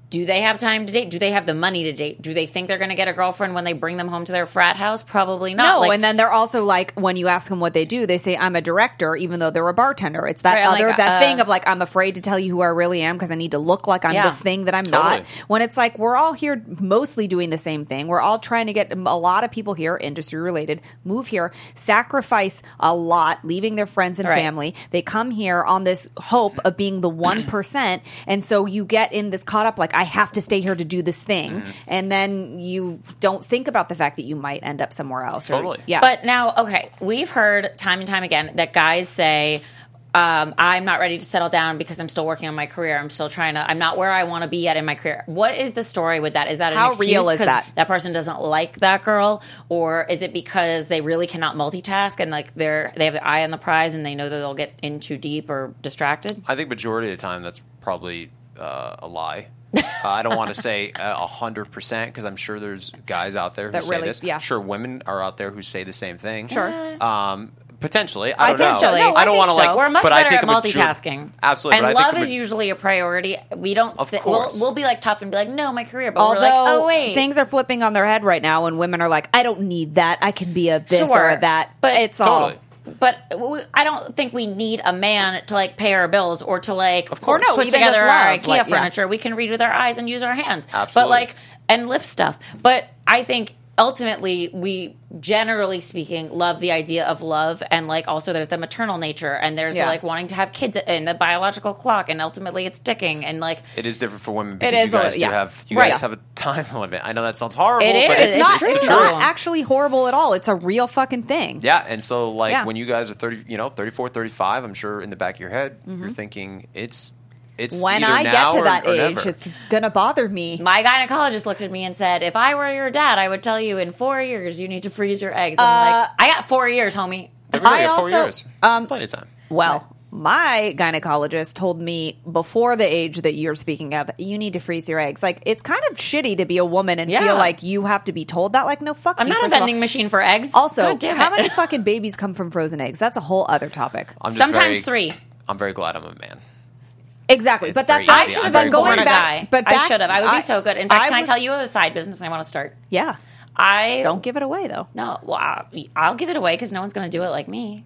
[SPEAKER 1] Do they have time to date? Do they have the money to date? Do they think they're going to get a girlfriend when they bring them home to their frat house? Probably not.
[SPEAKER 3] No,
[SPEAKER 1] Like,
[SPEAKER 3] and then they're also like when you ask them what they do, they say I'm a director, even though they're a bartender. It's that
[SPEAKER 1] Right, I'm
[SPEAKER 3] other
[SPEAKER 1] like,
[SPEAKER 3] that
[SPEAKER 1] uh,
[SPEAKER 3] thing of like I'm afraid to tell you who I really am because I need to look like I'm
[SPEAKER 1] Yeah.
[SPEAKER 3] this thing that I'm not.
[SPEAKER 4] Totally.
[SPEAKER 3] When it's like we're all here mostly doing the same thing. We're all trying to get a lot of people here, industry related, move here, sacrifice a lot, leaving their friends and
[SPEAKER 1] Right.
[SPEAKER 3] family. They come here on this hope of being the one percent, and so you get in this caught up like I have to stay here to do this thing, and then you don't think about the fact that you might end up somewhere else. or-
[SPEAKER 4] Totally.
[SPEAKER 3] yeah.
[SPEAKER 1] But now, okay, we've heard time and time again that guys say, um, I'm not ready to settle down because I'm still working on my career. I'm still trying to. I'm not where I want to be yet in my career. What is the story with that? Is that an
[SPEAKER 3] How
[SPEAKER 1] excuse
[SPEAKER 3] real is
[SPEAKER 1] 'cause
[SPEAKER 3] that?
[SPEAKER 1] That person doesn't like that girl, or is it because they really cannot multitask and like they're they have the eye on the prize and they know that they'll get in too deep or distracted?
[SPEAKER 4] I think majority of the time that's probably uh, a lie. Uh, I don't want to say uh, a hundred percent because I'm sure there's guys out there who
[SPEAKER 3] That
[SPEAKER 4] say
[SPEAKER 3] really-
[SPEAKER 4] this.
[SPEAKER 3] yeah.
[SPEAKER 4] Sure, women are out there who say the same thing.
[SPEAKER 3] Sure.
[SPEAKER 4] Um, potentially, I don't
[SPEAKER 1] think so.
[SPEAKER 4] know.
[SPEAKER 1] No,
[SPEAKER 4] I
[SPEAKER 1] I
[SPEAKER 4] don't
[SPEAKER 1] think
[SPEAKER 4] want to
[SPEAKER 1] so.
[SPEAKER 4] like.
[SPEAKER 1] We're much
[SPEAKER 4] but
[SPEAKER 1] better
[SPEAKER 4] I think
[SPEAKER 1] at
[SPEAKER 4] a major-
[SPEAKER 1] multitasking.
[SPEAKER 4] absolutely,
[SPEAKER 1] and
[SPEAKER 4] but I
[SPEAKER 1] love
[SPEAKER 4] think a
[SPEAKER 1] is
[SPEAKER 4] ma-
[SPEAKER 1] usually a priority. We don't.
[SPEAKER 4] Of
[SPEAKER 1] Sit, we'll,
[SPEAKER 4] course.
[SPEAKER 1] we'll be like tough and be like, no, my career. But
[SPEAKER 3] Although
[SPEAKER 1] we're like, oh wait,
[SPEAKER 3] things are flipping on their head right now, and women are like, "I don't need that. I can be a this or a that."
[SPEAKER 1] But
[SPEAKER 3] it's
[SPEAKER 4] Totally.
[SPEAKER 3] all
[SPEAKER 1] But we, I don't think we need a man to like pay our bills or to like
[SPEAKER 4] course.
[SPEAKER 1] put
[SPEAKER 4] Or no,
[SPEAKER 3] even
[SPEAKER 1] together
[SPEAKER 3] just
[SPEAKER 1] our
[SPEAKER 3] love,
[SPEAKER 1] IKEA
[SPEAKER 3] like, yeah.
[SPEAKER 1] furniture. We can read with our eyes and use our hands.
[SPEAKER 4] Absolutely.
[SPEAKER 1] But like and lift stuff. But I think ultimately we generally speaking love the idea of love and like also there's the maternal nature and there's the,
[SPEAKER 3] Yeah.
[SPEAKER 1] like wanting to have kids and the biological clock and ultimately it's ticking and like
[SPEAKER 4] It is different for women because
[SPEAKER 3] is
[SPEAKER 4] you
[SPEAKER 3] a
[SPEAKER 4] guys
[SPEAKER 3] little- yeah.
[SPEAKER 4] do have you
[SPEAKER 3] Right.
[SPEAKER 4] guys have a time limit. I know that sounds horrible,
[SPEAKER 1] It
[SPEAKER 4] but
[SPEAKER 1] is.
[SPEAKER 4] it's,
[SPEAKER 1] It's
[SPEAKER 3] not.
[SPEAKER 4] the
[SPEAKER 1] true.
[SPEAKER 3] It's
[SPEAKER 4] truth.
[SPEAKER 3] not actually horrible at all. It's a real fucking thing.
[SPEAKER 4] Yeah, and so like
[SPEAKER 3] Yeah.
[SPEAKER 4] when you guys are 30, you know, 34, 35, I'm sure in the back of your head you're thinking it's it's
[SPEAKER 3] When
[SPEAKER 4] either
[SPEAKER 3] I
[SPEAKER 4] now
[SPEAKER 3] get to
[SPEAKER 4] or-
[SPEAKER 3] that
[SPEAKER 4] or
[SPEAKER 3] age,
[SPEAKER 4] never.
[SPEAKER 3] it's gonna bother me.
[SPEAKER 1] my gynecologist looked at me and said, "If I were your dad, I would tell you in four years you need to freeze your eggs." I'm
[SPEAKER 3] Uh,
[SPEAKER 1] like, "I got four years, homie."
[SPEAKER 4] Everybody
[SPEAKER 3] I
[SPEAKER 4] got four
[SPEAKER 3] also-
[SPEAKER 4] years.
[SPEAKER 1] um,
[SPEAKER 4] Plenty of time.
[SPEAKER 3] Well, my gynecologist told me before the age that you're speaking of, you need to freeze your eggs. Like it's kind of shitty to be a woman and
[SPEAKER 1] Yeah.
[SPEAKER 3] feel like you have to be told that. Like no, fuck.
[SPEAKER 1] I'm
[SPEAKER 3] you,
[SPEAKER 1] not a
[SPEAKER 3] first of all.
[SPEAKER 1] vending machine for eggs.
[SPEAKER 3] Also,
[SPEAKER 1] God damn
[SPEAKER 3] how
[SPEAKER 1] it.
[SPEAKER 3] many fucking babies come from frozen eggs? That's a whole other topic.
[SPEAKER 4] I'm just
[SPEAKER 1] Sometimes
[SPEAKER 4] very-
[SPEAKER 1] three.
[SPEAKER 4] I'm very glad I'm a man.
[SPEAKER 3] Exactly,
[SPEAKER 4] It's
[SPEAKER 3] but
[SPEAKER 4] very
[SPEAKER 3] that
[SPEAKER 4] easy.
[SPEAKER 3] does,
[SPEAKER 4] I
[SPEAKER 1] I should have
[SPEAKER 4] I'm
[SPEAKER 1] been
[SPEAKER 4] very
[SPEAKER 1] going
[SPEAKER 4] bored.
[SPEAKER 1] back,
[SPEAKER 3] back. But
[SPEAKER 1] I
[SPEAKER 3] back-
[SPEAKER 1] should have. I would be so good. In fact, can
[SPEAKER 3] was-
[SPEAKER 1] I tell you a side business I want to start?
[SPEAKER 3] Yeah,
[SPEAKER 1] I
[SPEAKER 3] don't give it away though.
[SPEAKER 1] No, well, I'll, I'll give it away because no one's going to do it like me.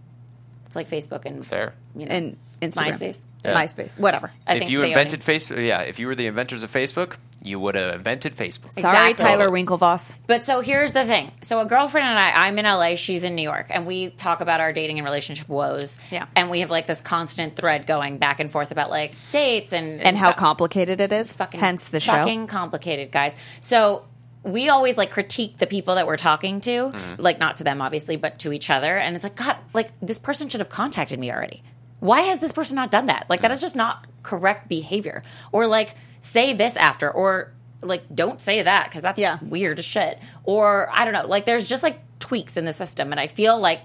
[SPEAKER 1] It's like Facebook and
[SPEAKER 4] Fair.
[SPEAKER 1] you know, Uh,
[SPEAKER 3] And Instagram,
[SPEAKER 1] MySpace.
[SPEAKER 4] Yeah.
[SPEAKER 3] MySpace, whatever.
[SPEAKER 1] I
[SPEAKER 4] if
[SPEAKER 1] think
[SPEAKER 4] you
[SPEAKER 1] they own
[SPEAKER 4] invented
[SPEAKER 1] it.
[SPEAKER 4] Facebook, yeah, if you were the inventors of Facebook, you would have invented Facebook.
[SPEAKER 3] Sorry,
[SPEAKER 1] Exactly.
[SPEAKER 3] Tyler Winklevoss.
[SPEAKER 1] But so here's the thing. So a girlfriend and I, I'm in LA, she's in New York, and we talk about our dating and relationship woes.
[SPEAKER 3] Yeah.
[SPEAKER 1] And we have like this constant thread going back and forth about like dates and
[SPEAKER 3] and how
[SPEAKER 1] about-
[SPEAKER 3] complicated it is.
[SPEAKER 1] fucking
[SPEAKER 3] Hence the show.
[SPEAKER 1] fucking complicated guys so we always like critique the people that we're talking to like not to them obviously but to each other and it's like god like this person should have contacted me already why has this person not done that like that is just not correct behavior or like say this after or like don't say that because that's
[SPEAKER 3] Yeah.
[SPEAKER 1] weird as shit or i don't know like there's just like tweaks in the system and i feel like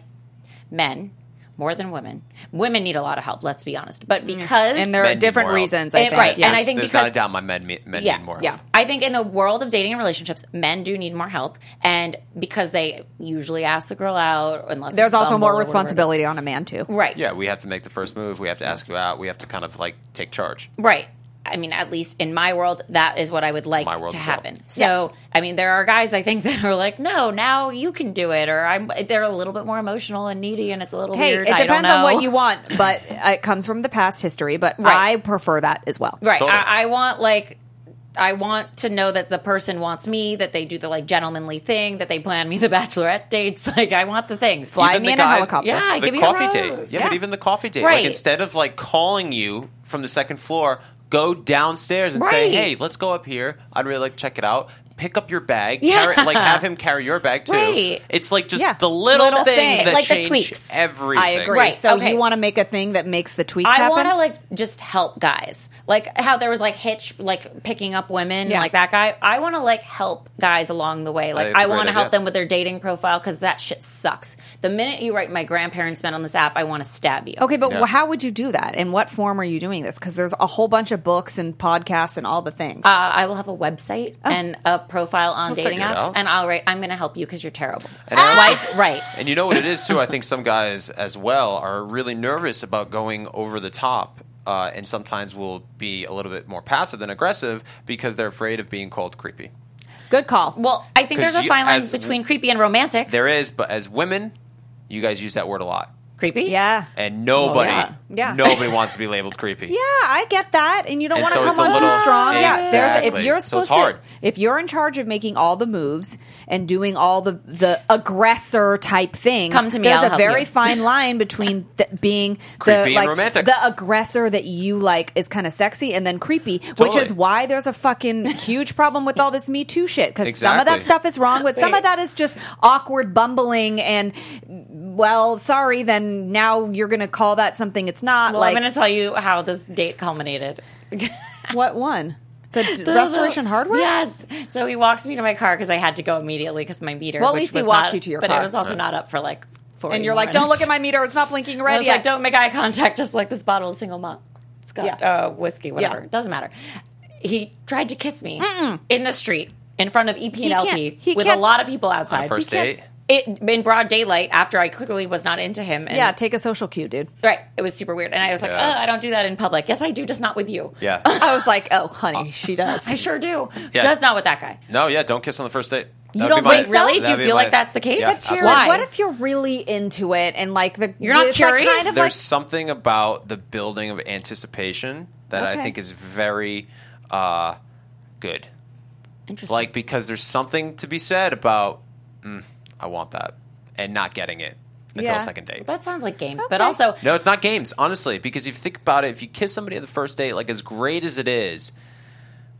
[SPEAKER 1] men more than women women need a lot of help let's be honest but because
[SPEAKER 3] Mm. and there are
[SPEAKER 4] Men need
[SPEAKER 3] different
[SPEAKER 4] more help.
[SPEAKER 3] reasons. I
[SPEAKER 1] And-
[SPEAKER 3] think.
[SPEAKER 1] right,
[SPEAKER 3] Yeah.
[SPEAKER 1] and I think
[SPEAKER 4] There's
[SPEAKER 1] because-
[SPEAKER 4] not a doubt my men, me- men need more.
[SPEAKER 1] yeah. I think in the world of dating and relationships, men do need more help, and because they usually ask the girl out, unless it's
[SPEAKER 3] there's also
[SPEAKER 1] Bumble or
[SPEAKER 3] more
[SPEAKER 1] whatever it is.
[SPEAKER 3] responsibility on a man too.
[SPEAKER 1] Right.
[SPEAKER 4] Yeah, we have to make the first move. We have to ask you out. We have to kind of like take charge.
[SPEAKER 1] Right. I mean, at least in my world, that is what I would like
[SPEAKER 4] My world
[SPEAKER 1] to
[SPEAKER 4] as well.
[SPEAKER 1] happen. So, I mean, there are guys I think that are like, no, now you can do it, or I'm. They're a little bit more emotional and needy, and it's a little
[SPEAKER 3] Hey,
[SPEAKER 1] weird.
[SPEAKER 3] it
[SPEAKER 1] I don't
[SPEAKER 3] depends on
[SPEAKER 1] know.
[SPEAKER 3] what you want, but it comes from the past history. But
[SPEAKER 1] Right.
[SPEAKER 3] I prefer that as well.
[SPEAKER 1] Right.
[SPEAKER 4] Totally.
[SPEAKER 1] I, I want like I want to know that the person wants me, that they do the like gentlemanly thing, that they plan me the bachelorette dates. Like I want the things.
[SPEAKER 3] Fly
[SPEAKER 4] Even
[SPEAKER 3] me
[SPEAKER 4] the
[SPEAKER 3] in a
[SPEAKER 4] guy-
[SPEAKER 3] helicopter.
[SPEAKER 1] Yeah, I
[SPEAKER 4] the
[SPEAKER 1] give you a
[SPEAKER 4] coffee
[SPEAKER 1] rose.
[SPEAKER 4] date. Yeah,
[SPEAKER 1] Yeah.
[SPEAKER 4] but even the coffee date.
[SPEAKER 1] Right.
[SPEAKER 4] Like instead of like calling you from the second floor, go downstairs and
[SPEAKER 1] Right.
[SPEAKER 4] say, "Hey, let's go up here. I'd really like to check it out." Pick up your bag.
[SPEAKER 1] Yeah.
[SPEAKER 4] Carry, like have him carry your bag too.
[SPEAKER 1] Right.
[SPEAKER 4] It's like just
[SPEAKER 3] Yeah.
[SPEAKER 4] the little,
[SPEAKER 3] Little
[SPEAKER 4] things
[SPEAKER 3] thing.
[SPEAKER 4] that
[SPEAKER 1] Like the
[SPEAKER 4] change
[SPEAKER 1] tweaks. I
[SPEAKER 4] everything.
[SPEAKER 3] I agree.
[SPEAKER 1] Right,
[SPEAKER 3] So
[SPEAKER 1] okay.
[SPEAKER 3] you want to make a thing that makes the tweets
[SPEAKER 1] I
[SPEAKER 3] happen.
[SPEAKER 1] want to like just help guys, like how there was like Hitch, like picking up women,
[SPEAKER 3] Yeah.
[SPEAKER 1] like that guy. I want to like help guys along the way. Like
[SPEAKER 4] that's a
[SPEAKER 1] I
[SPEAKER 4] great
[SPEAKER 1] want to
[SPEAKER 4] idea.
[SPEAKER 1] help them with their dating profile because that shit sucks. The minute you write my grandparents met on this app, I want to stab you.
[SPEAKER 3] Okay, but
[SPEAKER 4] Yeah.
[SPEAKER 3] how would you do that? In what form are you doing this? Because there's a whole bunch of books and podcasts and all the things.
[SPEAKER 1] Uh, I will have a website
[SPEAKER 3] Oh.
[SPEAKER 1] and a profile on
[SPEAKER 4] We'll
[SPEAKER 1] dating
[SPEAKER 4] figure it
[SPEAKER 1] apps,
[SPEAKER 4] out.
[SPEAKER 1] and I'll write. I'm going to help you because you're terrible.
[SPEAKER 4] And I-
[SPEAKER 1] Swipe right.
[SPEAKER 4] And you know what it is too. I think some guys as well are really nervous about going over the top, uh, and sometimes will be a little bit more passive than aggressive because they're afraid of being called creepy.
[SPEAKER 3] Good call.
[SPEAKER 1] Well, I think
[SPEAKER 4] 'Cause
[SPEAKER 1] there's a
[SPEAKER 4] you-
[SPEAKER 1] fine line
[SPEAKER 4] as-
[SPEAKER 1] between creepy and romantic.
[SPEAKER 4] There is, but as women, you guys use that word a lot,
[SPEAKER 1] creepy,
[SPEAKER 3] yeah.
[SPEAKER 4] and nobody,
[SPEAKER 1] yeah.
[SPEAKER 3] Yeah.
[SPEAKER 4] nobody wants to be labeled creepy.
[SPEAKER 3] Yeah, I get that, and you don't
[SPEAKER 4] And
[SPEAKER 3] want to
[SPEAKER 4] so
[SPEAKER 3] come
[SPEAKER 4] it's a
[SPEAKER 3] on too
[SPEAKER 4] little-
[SPEAKER 3] strong. Yeah, there's, if
[SPEAKER 4] Exactly.
[SPEAKER 3] you're
[SPEAKER 4] So it's
[SPEAKER 3] supposed
[SPEAKER 4] hard.
[SPEAKER 3] to, if you're in charge of making all the moves and doing all the the aggressor type things,
[SPEAKER 1] Come to me,
[SPEAKER 3] There's
[SPEAKER 1] I'll
[SPEAKER 3] a
[SPEAKER 1] help
[SPEAKER 3] very
[SPEAKER 1] you.
[SPEAKER 3] fine line between th- being
[SPEAKER 4] Creepy
[SPEAKER 3] the,
[SPEAKER 4] and
[SPEAKER 3] like,
[SPEAKER 4] romantic.
[SPEAKER 3] the aggressor that you like is kind of sexy, and then creepy, which
[SPEAKER 4] Totally.
[SPEAKER 3] is why there's a fucking huge problem with all this Me Too shit because some of that
[SPEAKER 4] Exactly.
[SPEAKER 3] stuff is wrong, but some
[SPEAKER 1] Wait.
[SPEAKER 3] of that is just awkward bumbling and. Well, sorry. Then now you're going to call that something it's not.
[SPEAKER 1] Well,
[SPEAKER 3] like
[SPEAKER 1] I'm going to tell you how this date culminated.
[SPEAKER 3] What one? The d- Restoration Hardware.
[SPEAKER 1] Yes. So he walks me to my car because I had to go immediately because my meter.
[SPEAKER 3] Well, at
[SPEAKER 1] which
[SPEAKER 3] least he
[SPEAKER 1] was
[SPEAKER 3] walked
[SPEAKER 1] not-
[SPEAKER 3] you to your
[SPEAKER 1] but
[SPEAKER 3] car.
[SPEAKER 1] it was also not up for like four.
[SPEAKER 3] And you're like, don't look at my meter; it's not blinking
[SPEAKER 1] I
[SPEAKER 3] red
[SPEAKER 1] was
[SPEAKER 3] yet.
[SPEAKER 1] like, don't make eye contact. Just like this bottle of single malt. It's got
[SPEAKER 3] Yeah.
[SPEAKER 1] uh, whiskey, whatever.
[SPEAKER 3] Yeah.
[SPEAKER 1] Doesn't matter. He tried to kiss me in the street in front of EP and
[SPEAKER 3] can't-
[SPEAKER 1] LP
[SPEAKER 3] he
[SPEAKER 1] with a
[SPEAKER 3] can't-
[SPEAKER 1] lot of people outside.
[SPEAKER 4] On a first
[SPEAKER 1] He can't-
[SPEAKER 4] date?
[SPEAKER 1] It in broad daylight after I clearly was not into him. And
[SPEAKER 3] yeah, take a social cue, dude.
[SPEAKER 1] right. It was super weird, and I was like,
[SPEAKER 4] Yeah.
[SPEAKER 1] oh, I don't do that in public. Yes, I do, just not with you.
[SPEAKER 4] Yeah.
[SPEAKER 3] I was like, oh, honey, she does.
[SPEAKER 1] I sure do.
[SPEAKER 4] Yeah.
[SPEAKER 1] Just not with that guy.
[SPEAKER 4] No, yeah, don't kiss on the first date. That
[SPEAKER 3] You
[SPEAKER 4] would
[SPEAKER 3] don't
[SPEAKER 4] be my-
[SPEAKER 3] think so? Really? Do
[SPEAKER 4] that'd
[SPEAKER 1] you
[SPEAKER 4] be
[SPEAKER 1] feel
[SPEAKER 4] my-
[SPEAKER 1] like that's the case?
[SPEAKER 4] Yeah,
[SPEAKER 1] But Jared,
[SPEAKER 4] absolutely.
[SPEAKER 1] Why?
[SPEAKER 3] What if you're really into it and like the
[SPEAKER 1] You're not
[SPEAKER 3] it's, like,
[SPEAKER 1] curious?
[SPEAKER 3] kind of
[SPEAKER 4] there's
[SPEAKER 3] like,
[SPEAKER 4] something about the building of anticipation that
[SPEAKER 3] Okay.
[SPEAKER 4] I think is very uh, good.
[SPEAKER 1] Interesting.
[SPEAKER 4] Like because there's something to be said about "Mm, I want that and not getting it until
[SPEAKER 3] Yeah.
[SPEAKER 4] a second date.
[SPEAKER 1] that sounds like games, but
[SPEAKER 3] Okay.
[SPEAKER 1] also
[SPEAKER 4] No, it's not games, honestly, because if you think about it, if you kiss somebody on the first date, like as great as it is,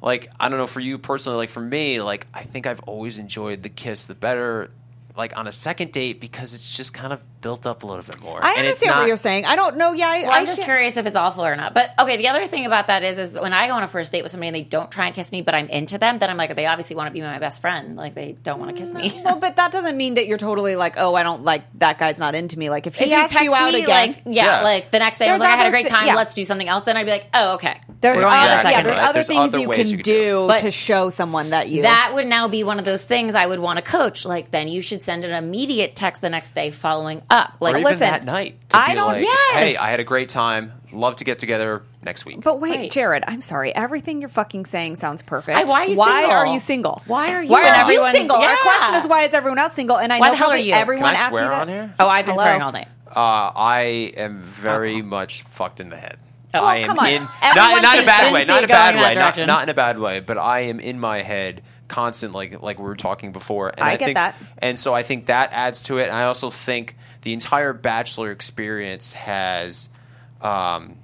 [SPEAKER 4] like I don't know for you personally, like for me, like I think I've always enjoyed the kiss the better like on a second date because it's just kind of built up a little bit more.
[SPEAKER 3] I
[SPEAKER 4] And it's
[SPEAKER 3] understand what
[SPEAKER 4] not-
[SPEAKER 3] you're saying. I don't know. Yeah, I,
[SPEAKER 1] Well,
[SPEAKER 3] I
[SPEAKER 1] I'm just
[SPEAKER 3] can't-
[SPEAKER 1] curious if it's awful or not. But okay, the other thing about that is, is when I go on a first date with somebody and they don't try and kiss me, but I'm into them, then I'm like, they obviously want to be my best friend. Like they don't want to kiss me.
[SPEAKER 3] Mm, Well, but that doesn't mean that you're totally like, oh, I don't like that guy's not into me. Like if he
[SPEAKER 1] If
[SPEAKER 3] asked
[SPEAKER 1] text
[SPEAKER 3] you out
[SPEAKER 1] me,
[SPEAKER 3] again,
[SPEAKER 1] like yeah,
[SPEAKER 4] Yeah.
[SPEAKER 1] like the next day I was
[SPEAKER 3] There's
[SPEAKER 1] like, I had a
[SPEAKER 3] other
[SPEAKER 1] great
[SPEAKER 3] thi-
[SPEAKER 1] time.
[SPEAKER 3] yeah.
[SPEAKER 1] Let's do something else. Then I'd be like, oh okay,
[SPEAKER 3] There's
[SPEAKER 1] We're
[SPEAKER 3] other,
[SPEAKER 1] only on the
[SPEAKER 3] yeah,
[SPEAKER 1] second
[SPEAKER 3] there's
[SPEAKER 1] one.
[SPEAKER 3] other
[SPEAKER 4] There's
[SPEAKER 3] things
[SPEAKER 4] other
[SPEAKER 3] you
[SPEAKER 4] ways
[SPEAKER 3] can
[SPEAKER 4] you could
[SPEAKER 3] do
[SPEAKER 4] do
[SPEAKER 1] But
[SPEAKER 3] to show someone that you
[SPEAKER 1] That would now be one of those things I would want to coach. Like, then you should send an immediate text the next day following up. Like,
[SPEAKER 4] or even
[SPEAKER 1] listen,
[SPEAKER 4] that night. to
[SPEAKER 1] I
[SPEAKER 4] be
[SPEAKER 1] don't-
[SPEAKER 4] Like,
[SPEAKER 1] yes!
[SPEAKER 4] Hey, I had a great time. Love to get together next week.
[SPEAKER 3] But wait,
[SPEAKER 1] Right.
[SPEAKER 3] Jared, I'm sorry. Everything you're fucking saying sounds perfect.
[SPEAKER 1] I- why are you single?
[SPEAKER 3] are you single?
[SPEAKER 1] Why are you
[SPEAKER 3] Why
[SPEAKER 1] and
[SPEAKER 3] are you
[SPEAKER 1] everyone's-
[SPEAKER 3] single? Our
[SPEAKER 1] Yeah.
[SPEAKER 3] question is why is everyone else single? And I
[SPEAKER 1] Why
[SPEAKER 3] know
[SPEAKER 1] the hell are
[SPEAKER 3] probably
[SPEAKER 1] you?
[SPEAKER 3] everyone
[SPEAKER 4] Can I
[SPEAKER 3] asks
[SPEAKER 4] swear
[SPEAKER 3] you that.
[SPEAKER 4] on here?
[SPEAKER 1] oh, I've been
[SPEAKER 3] Hello?
[SPEAKER 1] swearing all night.
[SPEAKER 4] Uh, I am very much fucked in the head.
[SPEAKER 1] Oh,
[SPEAKER 4] I am
[SPEAKER 3] come on.
[SPEAKER 4] in
[SPEAKER 3] Everyone
[SPEAKER 4] not, not in a
[SPEAKER 1] thinks
[SPEAKER 4] bad
[SPEAKER 1] Gen
[SPEAKER 4] way,
[SPEAKER 1] Z
[SPEAKER 4] not in a
[SPEAKER 1] going
[SPEAKER 4] bad
[SPEAKER 1] in that
[SPEAKER 4] way, not,
[SPEAKER 1] direction.
[SPEAKER 4] not in a bad way, but I am in my head constant like like we were talking before. And
[SPEAKER 3] I
[SPEAKER 4] I,
[SPEAKER 3] get
[SPEAKER 4] think,
[SPEAKER 3] that.
[SPEAKER 4] And so I think that adds to it. And I also think the entire bachelor experience has um,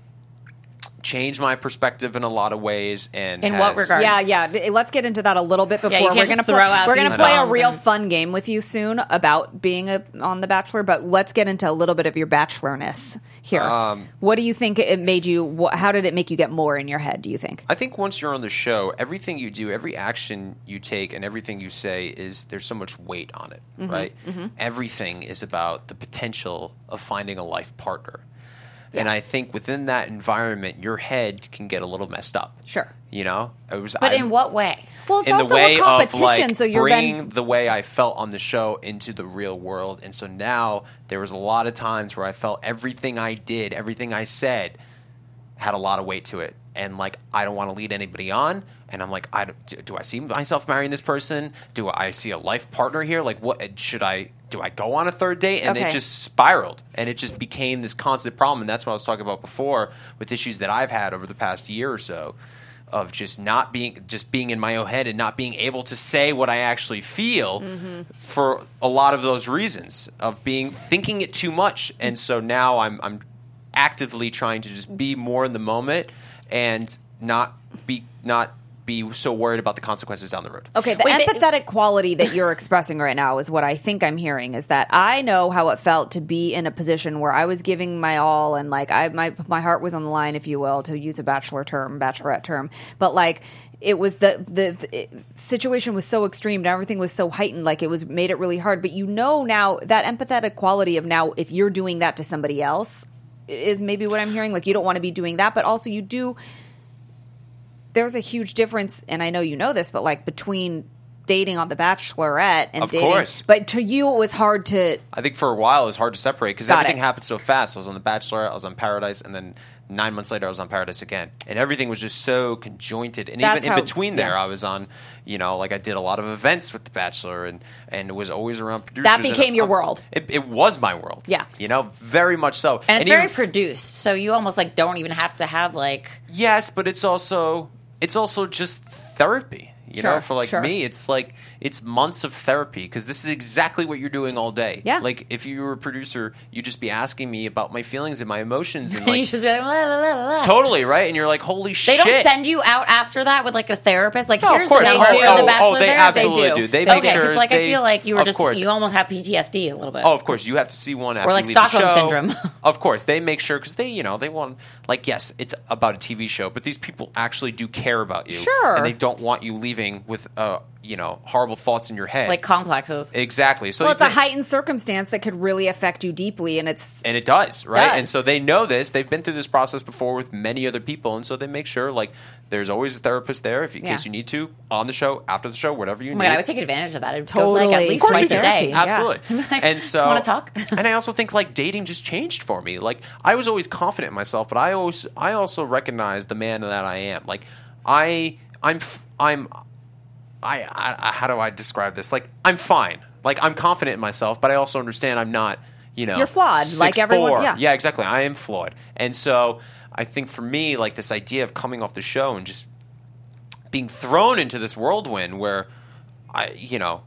[SPEAKER 4] changed my perspective in a lot of ways. And
[SPEAKER 1] In what
[SPEAKER 4] has-
[SPEAKER 1] regard?
[SPEAKER 3] Yeah, yeah. th- Let's get into that a little bit before
[SPEAKER 1] you can't
[SPEAKER 3] we're
[SPEAKER 1] just
[SPEAKER 3] going to
[SPEAKER 1] throw out
[SPEAKER 3] We're going
[SPEAKER 1] these
[SPEAKER 3] to play a
[SPEAKER 1] bombs
[SPEAKER 3] real
[SPEAKER 1] and-
[SPEAKER 3] fun game with you soon about being a, on The Bachelor. But let's get into a little bit of your bachelorness here.
[SPEAKER 4] Um,
[SPEAKER 3] what do you think it made you? wh- How did it make you get more in your head? Do you think?
[SPEAKER 4] I think once you're on the show, everything you do, every action you take, and everything you say is there's so much weight on it,
[SPEAKER 1] Mm-hmm,
[SPEAKER 4] right? Everything is about the potential of finding a life partner. And I think within that environment, your head can get a little messed up.
[SPEAKER 3] Sure.
[SPEAKER 4] You know, it was.
[SPEAKER 1] But
[SPEAKER 4] I-
[SPEAKER 1] in what way?
[SPEAKER 3] Well, it's
[SPEAKER 4] in
[SPEAKER 3] also
[SPEAKER 4] the way
[SPEAKER 3] a competition,
[SPEAKER 4] of like
[SPEAKER 3] so you're
[SPEAKER 4] bringing
[SPEAKER 3] then
[SPEAKER 4] the way I felt on the show into the real world, and so now there was a lot of times where I felt everything I did, everything I said, had a lot of weight to it, and like I don't want to lead anybody on, and I'm like, I don't- do, do I see myself marrying this person? Do I see a life partner here? Like, what should I? Do I go on a third date? And
[SPEAKER 3] Okay.
[SPEAKER 4] it just spiraled, and it just became this constant problem, and that's what I was talking about before with issues that I've had over the past year or so of just not being just being in my own head and not being able to say what I actually feel for a lot of those reasons of being thinking it too much and so now I'm I'm actively trying to just be more in the moment and not be not be so worried about the consequences down the road.
[SPEAKER 3] Okay, the
[SPEAKER 1] Wait, they-
[SPEAKER 3] empathetic quality that you're expressing right now is what I think I'm hearing is that I know how it felt to be in a position where I was giving my all and like I my my heart was on the line if you will to use a bachelor term, bachelorette term. But like it was the the, it- situation was so extreme and everything was so heightened like it was made it really hard, but you know now that empathetic quality of now if you're doing that to somebody else is maybe what I'm hearing like you don't want to be doing that, but also you do there's a huge difference, and I know you know this, but like between dating on The Bachelorette and
[SPEAKER 4] Of
[SPEAKER 3] dating,
[SPEAKER 4] course.
[SPEAKER 3] but to you it was hard to.
[SPEAKER 4] I think for a while it was hard to separate because
[SPEAKER 3] Got
[SPEAKER 4] everything
[SPEAKER 3] it.
[SPEAKER 4] happened so fast. I was on The Bachelor, I was on Paradise, and then nine months later I was on Paradise again, and everything was just so conjointed. And
[SPEAKER 3] That's
[SPEAKER 4] even
[SPEAKER 3] how-
[SPEAKER 4] in between there,
[SPEAKER 3] yeah.
[SPEAKER 4] I was on, you know, like I did a lot of events with The Bachelor, and and it was always around producers. and-
[SPEAKER 3] became your world.
[SPEAKER 4] It, it was my world.
[SPEAKER 3] Yeah.
[SPEAKER 4] you know, very much so.
[SPEAKER 1] And it's very
[SPEAKER 4] even-
[SPEAKER 1] produced, so you almost like don't even have to have like
[SPEAKER 4] Yes, but it's also it's also just therapy. You
[SPEAKER 3] Sure,
[SPEAKER 4] know, for like
[SPEAKER 3] sure.
[SPEAKER 4] me, it's like it's months of therapy because this is exactly what you're doing all day.
[SPEAKER 3] Yeah.
[SPEAKER 4] Like if you were a producer, you'd just be asking me about my feelings and my emotions and
[SPEAKER 1] you
[SPEAKER 4] like
[SPEAKER 1] just be like la la la la.
[SPEAKER 4] totally right. And you're like, holy
[SPEAKER 1] They
[SPEAKER 4] shit.
[SPEAKER 1] don't send you out after that with like a therapist. Like,
[SPEAKER 4] No, of
[SPEAKER 1] here's
[SPEAKER 4] course.
[SPEAKER 1] the
[SPEAKER 4] Oh,
[SPEAKER 1] number
[SPEAKER 4] oh,
[SPEAKER 1] for
[SPEAKER 4] oh,
[SPEAKER 1] the bachelor.
[SPEAKER 4] they
[SPEAKER 1] therapy.
[SPEAKER 4] absolutely do. They make
[SPEAKER 1] okay, 'cause,
[SPEAKER 4] sure
[SPEAKER 1] like I
[SPEAKER 4] they-
[SPEAKER 1] feel like you were
[SPEAKER 4] of
[SPEAKER 1] just
[SPEAKER 4] course.
[SPEAKER 1] you almost have PTSD a little bit.
[SPEAKER 4] Oh, of course, you have to see one after
[SPEAKER 1] like
[SPEAKER 4] you leave the
[SPEAKER 1] Stockholm
[SPEAKER 4] show.
[SPEAKER 1] syndrome.
[SPEAKER 4] of course, they make sure because they, you know, they want like yes, it's about a TV show, but these people actually do care about you.
[SPEAKER 3] Sure.
[SPEAKER 4] and they don't want you leaving with uh, you know, horrible thoughts in your head.
[SPEAKER 1] like complexes.
[SPEAKER 4] exactly. So
[SPEAKER 3] Well,
[SPEAKER 4] you
[SPEAKER 3] it's a
[SPEAKER 4] think-
[SPEAKER 3] heightened circumstance that could really affect you deeply, and it's
[SPEAKER 4] and it does right
[SPEAKER 3] Does.
[SPEAKER 4] and so they know this they've been through this process before with many other people and so they make sure like there's always a therapist there if in
[SPEAKER 3] Yeah.
[SPEAKER 4] case you need to on the show after the show whatever you
[SPEAKER 1] oh
[SPEAKER 4] need
[SPEAKER 1] my god, I would take advantage of that. I'd go like
[SPEAKER 3] Totally.
[SPEAKER 1] at least
[SPEAKER 3] Of course
[SPEAKER 1] twice
[SPEAKER 3] you
[SPEAKER 1] a
[SPEAKER 3] do.
[SPEAKER 1] day.
[SPEAKER 3] Yeah.
[SPEAKER 4] Absolutely.
[SPEAKER 1] Like,
[SPEAKER 4] and so,
[SPEAKER 1] wanna talk?
[SPEAKER 4] and I also think like dating just changed for me. Like I was always confident in myself, but I always I also recognize the man that I am. Like I I'm f- I'm I, I, I how do I describe this? Like I'm fine. Like I'm confident in myself, but I also understand I'm not. You know,
[SPEAKER 3] You're flawed, like
[SPEAKER 4] 6'4".
[SPEAKER 3] everyone- yeah.
[SPEAKER 4] yeah, exactly. I am flawed, and so I think for me, like this idea of coming off the show and just being thrown into this whirlwind where I, you know,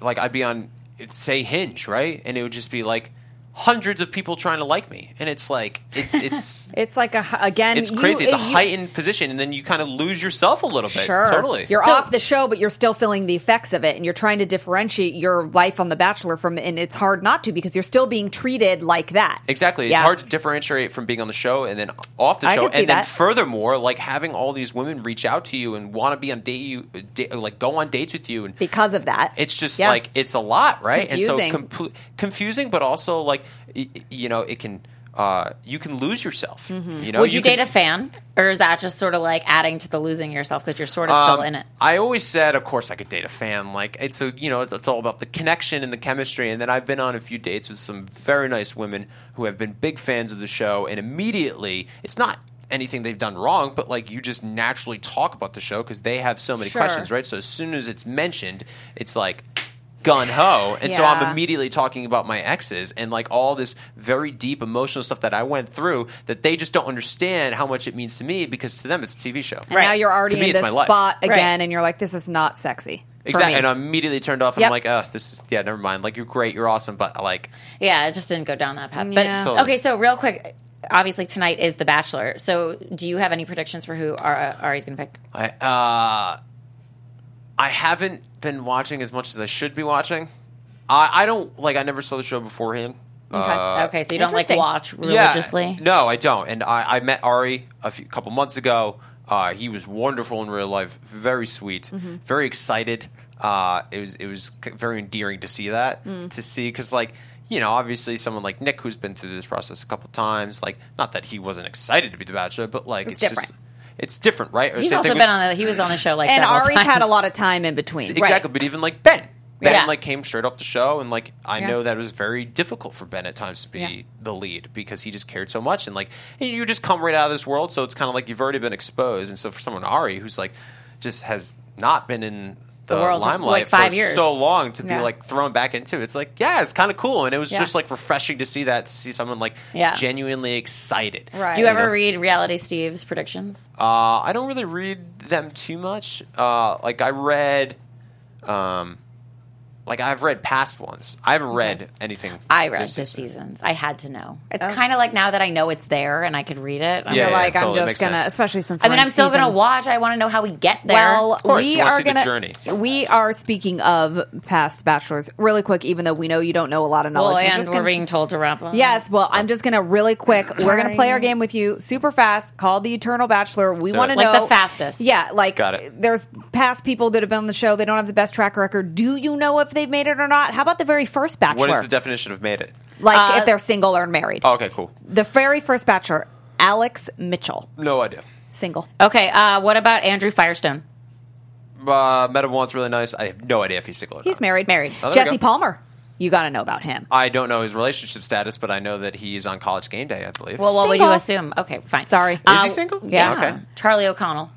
[SPEAKER 4] like I'd be on, say Hinge, right, and it would just be like hundreds of people trying to like me, and it's like it's it's
[SPEAKER 3] it's like a h- again,
[SPEAKER 4] it's
[SPEAKER 3] you-
[SPEAKER 4] crazy. it's a
[SPEAKER 3] you-
[SPEAKER 4] heightened position, and then you kind of lose yourself a little bit.
[SPEAKER 3] Sure,
[SPEAKER 4] totally.
[SPEAKER 3] You're
[SPEAKER 1] So-
[SPEAKER 3] off the show, but you're still feeling the effects of it, and you're trying to differentiate your life on The Bachelor from, and it's hard not to because you're still being treated like that.
[SPEAKER 4] Exactly. It's
[SPEAKER 3] Yeah.
[SPEAKER 4] hard to differentiate from being on the show and then off the
[SPEAKER 3] I
[SPEAKER 4] show.
[SPEAKER 3] can see
[SPEAKER 4] And then
[SPEAKER 3] that.
[SPEAKER 4] furthermore, like having all these women reach out to you and want to be on date you da- like go on dates with you and
[SPEAKER 3] because of that.
[SPEAKER 4] it's just
[SPEAKER 3] Yeah.
[SPEAKER 4] like it's a lot, right? And
[SPEAKER 3] Confusing.
[SPEAKER 4] so compl- confusing but also like y- y- you know, it can uh, you can lose yourself. You know,
[SPEAKER 1] Mm-hmm. Would you, date
[SPEAKER 4] could-
[SPEAKER 1] a fan, or is that just sort of like adding to the losing yourself because you're sort of still
[SPEAKER 4] Um,
[SPEAKER 1] in it?
[SPEAKER 4] I always said, of course, I could date a fan. Like it's a, you know, it's, it's all about the connection and the chemistry. And then I've been on a few dates with some very nice women who have been big fans of the show, and immediately, it's not anything they've done wrong, but like you just naturally talk about the show because they have so many
[SPEAKER 1] Sure.
[SPEAKER 4] questions, right? So as soon as it's mentioned, it's like. Gun ho, and so I'm
[SPEAKER 3] Yeah.
[SPEAKER 4] immediately talking about my exes and like all this very deep emotional stuff that I went through that they just don't understand how much it means to me because to them it's a TV show.
[SPEAKER 3] And now
[SPEAKER 1] Right.
[SPEAKER 3] you're
[SPEAKER 4] To
[SPEAKER 3] already in
[SPEAKER 4] me, it's
[SPEAKER 3] this
[SPEAKER 4] my life.
[SPEAKER 3] spot again,
[SPEAKER 1] Right.
[SPEAKER 3] and you're like, this is not sexy. for
[SPEAKER 4] Exactly.
[SPEAKER 3] me.
[SPEAKER 4] And I'm immediately turned off and I'm
[SPEAKER 3] Yep.
[SPEAKER 4] like, oh, this is, yeah, never mind. Like, you're great. You're awesome. But like,
[SPEAKER 1] Yeah, it just didn't go down that path. But
[SPEAKER 3] Yeah.
[SPEAKER 4] Totally.
[SPEAKER 1] okay, so real quick, obviously tonight is The Bachelor. So do you have any predictions for who Ari- Ari's going to pick?
[SPEAKER 4] I, uh, I haven't been watching as much as I should be watching. I, I don't, like, I never saw the show beforehand. Uh,
[SPEAKER 1] okay, so you don't like
[SPEAKER 3] interesting.
[SPEAKER 1] watch
[SPEAKER 4] yeah.
[SPEAKER 1] religiously.
[SPEAKER 4] no, I don't. And I, I met Ari a few, couple months ago. Uh, he was wonderful in real life, very sweet,
[SPEAKER 1] Mm-hmm.
[SPEAKER 4] very excited. Uh, it was it was c- very endearing to see that
[SPEAKER 1] Mm.
[SPEAKER 4] to see because like you know obviously someone like Nick who's been through this process a couple times like not that he wasn't excited to be the bachelor but like it's,
[SPEAKER 1] It's
[SPEAKER 4] just it's different right Or
[SPEAKER 1] He's
[SPEAKER 4] same
[SPEAKER 1] also
[SPEAKER 4] thing
[SPEAKER 1] been
[SPEAKER 4] with-
[SPEAKER 1] on the he was on the show like
[SPEAKER 3] and
[SPEAKER 1] several
[SPEAKER 3] Ari's
[SPEAKER 1] times.
[SPEAKER 3] had a lot of time in between.
[SPEAKER 4] Exactly, but even like Ben. Ben
[SPEAKER 1] Yeah.
[SPEAKER 4] like came straight off the show and like I
[SPEAKER 3] Yeah.
[SPEAKER 4] know that it was very difficult for Ben at times to be
[SPEAKER 3] Yeah.
[SPEAKER 4] the lead because he just cared so much and like and you just come right out of this world so it's kind of like you've already been exposed and so for someone Ari who's like just has not been in the,
[SPEAKER 1] The world for,
[SPEAKER 4] limelight
[SPEAKER 1] like, five
[SPEAKER 4] for
[SPEAKER 1] years.
[SPEAKER 4] so long to
[SPEAKER 3] Yeah.
[SPEAKER 4] be like thrown back into it's like yeah it's kind of cool and it was
[SPEAKER 1] Yeah.
[SPEAKER 4] just like refreshing to see that to see someone like
[SPEAKER 1] Yeah.
[SPEAKER 4] genuinely excited
[SPEAKER 3] Right.
[SPEAKER 1] Do you
[SPEAKER 3] you
[SPEAKER 1] ever
[SPEAKER 4] know?
[SPEAKER 1] read Reality Steve's predictions?
[SPEAKER 4] Uh, I don't really read them too much. Uh, like I read, um, like I've read past ones. I haven't read anything.
[SPEAKER 1] I read
[SPEAKER 4] this
[SPEAKER 1] the seasons. I had to know.
[SPEAKER 3] Oh.
[SPEAKER 1] It's kind of like now that I know it's there and I could read it. I'm
[SPEAKER 4] Yeah,
[SPEAKER 3] You're
[SPEAKER 1] like,
[SPEAKER 4] yeah,
[SPEAKER 3] like,
[SPEAKER 4] totally
[SPEAKER 3] I'm
[SPEAKER 4] makes
[SPEAKER 3] just gonna,
[SPEAKER 4] sense.
[SPEAKER 3] especially since
[SPEAKER 1] I
[SPEAKER 3] we're
[SPEAKER 1] mean,
[SPEAKER 3] in
[SPEAKER 1] I'm still going to
[SPEAKER 3] season-
[SPEAKER 1] watch. I want to know how we get there.
[SPEAKER 3] Well,
[SPEAKER 4] course,
[SPEAKER 3] we
[SPEAKER 4] you wanna
[SPEAKER 3] are
[SPEAKER 4] see the
[SPEAKER 3] gonna
[SPEAKER 4] journey.
[SPEAKER 3] we are speaking of past bachelors really quick, even though we know you don't know a lot of
[SPEAKER 1] well,
[SPEAKER 3] knowledge. We're Oh.
[SPEAKER 1] and
[SPEAKER 3] just
[SPEAKER 1] we're
[SPEAKER 3] gonna-
[SPEAKER 1] being told to wrap up.
[SPEAKER 3] Yes, well, I'm just gonna really quick. We're gonna play
[SPEAKER 1] Sorry.
[SPEAKER 3] our game with you super fast. Called the Eternal Bachelor. We
[SPEAKER 4] do
[SPEAKER 3] want to
[SPEAKER 4] it.
[SPEAKER 1] Like
[SPEAKER 3] know
[SPEAKER 1] the fastest.
[SPEAKER 3] Yeah, like
[SPEAKER 4] Got it.
[SPEAKER 3] There's past people that have been on the show. They don't have the best track record. Do you know if they've made it or not? How about the very first Bachelor?
[SPEAKER 4] What is the definition of made it?
[SPEAKER 3] like
[SPEAKER 1] Uh,
[SPEAKER 3] if they're single or married.
[SPEAKER 4] Oh, okay, cool.
[SPEAKER 3] The very first Bachelor, Alex Mitchell,
[SPEAKER 4] No idea.
[SPEAKER 3] single.
[SPEAKER 1] Okay. Uh, what about Andrew Firestone?
[SPEAKER 4] Uh, met him once, really nice. I have no idea if he's single or
[SPEAKER 3] He's
[SPEAKER 4] not.
[SPEAKER 3] married. Married.
[SPEAKER 4] Oh, there we
[SPEAKER 3] Jesse
[SPEAKER 4] go. Uh,
[SPEAKER 3] Palmer. You got to know about him.
[SPEAKER 4] I don't know his relationship status, but I know that he's on College Game Day, I believe.
[SPEAKER 1] Well, what would you
[SPEAKER 3] Single.
[SPEAKER 1] assume? Okay, fine. Uh,
[SPEAKER 3] Sorry. Uh, Is
[SPEAKER 4] he single?
[SPEAKER 1] Yeah.
[SPEAKER 4] Okay.
[SPEAKER 1] Charlie O'Connell.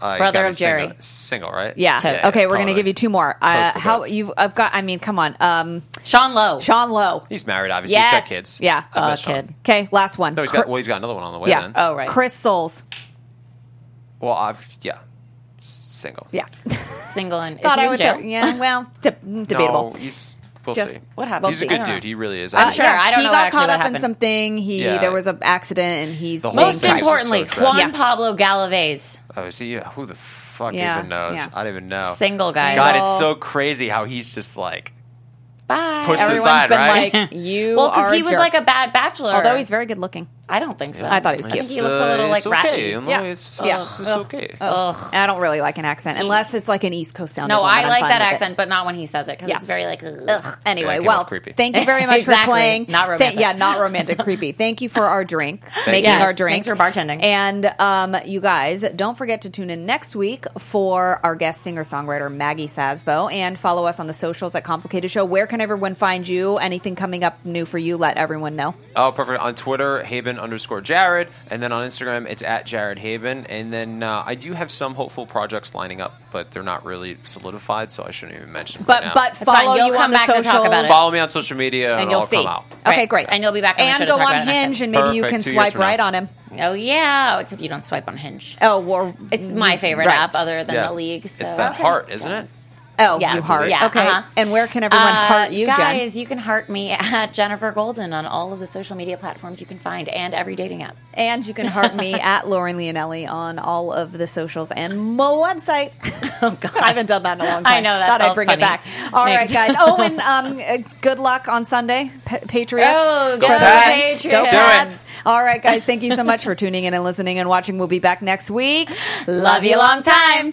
[SPEAKER 4] Uh, he's
[SPEAKER 1] brother
[SPEAKER 4] gotta be
[SPEAKER 1] of
[SPEAKER 4] single-
[SPEAKER 1] Jerry.
[SPEAKER 4] single, right?
[SPEAKER 3] Yeah.
[SPEAKER 1] Totes.
[SPEAKER 3] okay, we're
[SPEAKER 4] totally.
[SPEAKER 3] gonna give you two more. Uh,
[SPEAKER 4] Totes.
[SPEAKER 3] how you? have I've got. I mean, come on. Um,
[SPEAKER 1] Sean Lowe.
[SPEAKER 3] Sean Lowe.
[SPEAKER 4] He's married, obviously. He's
[SPEAKER 1] Yes.
[SPEAKER 4] got kids.
[SPEAKER 3] Yeah.
[SPEAKER 4] I
[SPEAKER 1] Uh,
[SPEAKER 4] bet Sean-
[SPEAKER 1] kid.
[SPEAKER 3] Okay, last one.
[SPEAKER 4] No, he's
[SPEAKER 3] Cr-
[SPEAKER 4] got. Well, he's got another one on the way.
[SPEAKER 3] yeah.
[SPEAKER 4] Then.
[SPEAKER 1] Oh, right.
[SPEAKER 3] Chris Souls.
[SPEAKER 4] Well, I've yeah, S- single.
[SPEAKER 3] Yeah.
[SPEAKER 1] Single and is
[SPEAKER 3] Thought
[SPEAKER 1] he
[SPEAKER 3] I
[SPEAKER 1] in
[SPEAKER 3] would.
[SPEAKER 1] jail?
[SPEAKER 3] throw- Yeah. Well, de- debatable. Uh,
[SPEAKER 4] No, he's. We'll
[SPEAKER 3] Just-
[SPEAKER 4] see.
[SPEAKER 1] What happened?
[SPEAKER 4] He's a
[SPEAKER 1] We'll see.
[SPEAKER 4] good
[SPEAKER 1] I don't
[SPEAKER 4] dude.
[SPEAKER 1] know.
[SPEAKER 4] He really is.
[SPEAKER 1] I'm sure. I don't
[SPEAKER 3] he
[SPEAKER 1] know
[SPEAKER 3] got
[SPEAKER 1] actually
[SPEAKER 3] caught
[SPEAKER 1] what
[SPEAKER 3] up in
[SPEAKER 1] happened.
[SPEAKER 3] something. He
[SPEAKER 4] Yeah.
[SPEAKER 3] there was an accident, and he's
[SPEAKER 4] The whole
[SPEAKER 3] being
[SPEAKER 1] Most
[SPEAKER 4] Things are so
[SPEAKER 3] punished.
[SPEAKER 1] importantly,
[SPEAKER 4] tragic.
[SPEAKER 1] Juan
[SPEAKER 3] Yeah.
[SPEAKER 1] Pablo Galavez,
[SPEAKER 4] Oh, see, who the fuck
[SPEAKER 3] Yeah,
[SPEAKER 4] even knows?
[SPEAKER 3] yeah.
[SPEAKER 4] I don't even know.
[SPEAKER 1] single guy.
[SPEAKER 4] God,
[SPEAKER 3] Single.
[SPEAKER 4] it's so crazy how he's just like
[SPEAKER 1] Bye.
[SPEAKER 4] pushed
[SPEAKER 3] Everyone's
[SPEAKER 4] aside,
[SPEAKER 3] been
[SPEAKER 4] right?
[SPEAKER 3] like, "You
[SPEAKER 1] well,
[SPEAKER 3] because
[SPEAKER 1] because he was like a bad bachelor.
[SPEAKER 3] Although he's very good looking,
[SPEAKER 1] I don't think so.
[SPEAKER 3] I thought he was
[SPEAKER 1] I
[SPEAKER 3] cute.
[SPEAKER 1] think he looks a little like
[SPEAKER 4] uh, it's okay.
[SPEAKER 1] ratty. Oh.
[SPEAKER 4] No,
[SPEAKER 3] Yeah.
[SPEAKER 4] it's,
[SPEAKER 3] Yeah.
[SPEAKER 4] it's, it's
[SPEAKER 1] Ugh.
[SPEAKER 4] okay.
[SPEAKER 1] Ugh.
[SPEAKER 3] Oh, I don't really like an accent unless it's like an East Coast sound.
[SPEAKER 1] No, I like that accent, but not when he says it because
[SPEAKER 3] Yeah.
[SPEAKER 1] it's very like. ugh.
[SPEAKER 3] Ugh. Anyway,
[SPEAKER 4] Yeah, it came
[SPEAKER 3] well,
[SPEAKER 4] off creepy.
[SPEAKER 3] thank you very much for
[SPEAKER 1] Exactly.
[SPEAKER 3] playing.
[SPEAKER 1] Not
[SPEAKER 3] Thank-
[SPEAKER 1] romantic.
[SPEAKER 3] yeah, not romantic, creepy. Thank you for our drink, making
[SPEAKER 1] you.
[SPEAKER 3] our
[SPEAKER 1] Yes,
[SPEAKER 3] drink.
[SPEAKER 1] thanks for bartending.
[SPEAKER 3] And um, you guys, don't forget to tune in next week for our guest singer songwriter Maggie Sasbo, and follow us on the socials at Complicated Show. Where can everyone find you? Anything coming up new for you? Let everyone know.
[SPEAKER 4] Oh, perfect. On Twitter, Haben underscore Jared, and then on Instagram, it's at Jared Haben. And then uh, I do have some hopeful projects lining up, but they're not really solidified, so I shouldn't even mention. them
[SPEAKER 3] But
[SPEAKER 4] right now.
[SPEAKER 3] but
[SPEAKER 1] fine.
[SPEAKER 3] follow
[SPEAKER 1] You'll
[SPEAKER 3] you
[SPEAKER 1] come
[SPEAKER 3] on the
[SPEAKER 1] back to talk
[SPEAKER 3] socials.
[SPEAKER 1] about it.
[SPEAKER 4] follow me on social media, and,
[SPEAKER 3] and you'll
[SPEAKER 4] I'll
[SPEAKER 3] see.
[SPEAKER 4] come out.
[SPEAKER 3] Okay,
[SPEAKER 1] Right.
[SPEAKER 3] great.
[SPEAKER 1] And you'll be back on the
[SPEAKER 3] and
[SPEAKER 1] show to
[SPEAKER 3] go
[SPEAKER 1] talk
[SPEAKER 3] on
[SPEAKER 1] about it next
[SPEAKER 3] Hinge,
[SPEAKER 1] time.
[SPEAKER 3] and maybe you
[SPEAKER 4] Perfect.
[SPEAKER 3] can
[SPEAKER 4] Two years
[SPEAKER 3] swipe
[SPEAKER 4] from now.
[SPEAKER 3] right on him.
[SPEAKER 1] Oh yeah, except you don't swipe on Hinge.
[SPEAKER 3] Oh, well,
[SPEAKER 1] It's my favorite
[SPEAKER 3] Right.
[SPEAKER 1] app other than
[SPEAKER 4] Yeah.
[SPEAKER 1] the league.
[SPEAKER 4] It's
[SPEAKER 1] So.
[SPEAKER 4] that heart, isn't it?
[SPEAKER 3] oh,
[SPEAKER 1] Yeah.
[SPEAKER 3] you heart.
[SPEAKER 1] Yeah.
[SPEAKER 3] Okay.
[SPEAKER 1] Uh-huh.
[SPEAKER 3] And where can everyone
[SPEAKER 1] Uh,
[SPEAKER 3] heart you,
[SPEAKER 1] guys, you can heart me at Jennifer Golden on all of the social media platforms you can find and every dating app.
[SPEAKER 3] Jen? And you can heart me at Lauren Leonelli on all of the socials and my website. Oh God, I haven't done that in a long time.
[SPEAKER 1] I know, that
[SPEAKER 3] Thought I'd
[SPEAKER 1] felt
[SPEAKER 3] bring
[SPEAKER 1] funny.
[SPEAKER 3] it back. All right,
[SPEAKER 1] Thanks.
[SPEAKER 3] guys. Oh, and um, uh, good luck on Sunday, Pa- Patriots.
[SPEAKER 1] Oh, go
[SPEAKER 3] For the
[SPEAKER 4] Pats.
[SPEAKER 3] Pats.
[SPEAKER 4] Go
[SPEAKER 3] Go
[SPEAKER 4] Pats.
[SPEAKER 3] Pats. All right, guys. Thank you so much for tuning in and listening and watching. We'll be back next week.
[SPEAKER 1] Love you long time.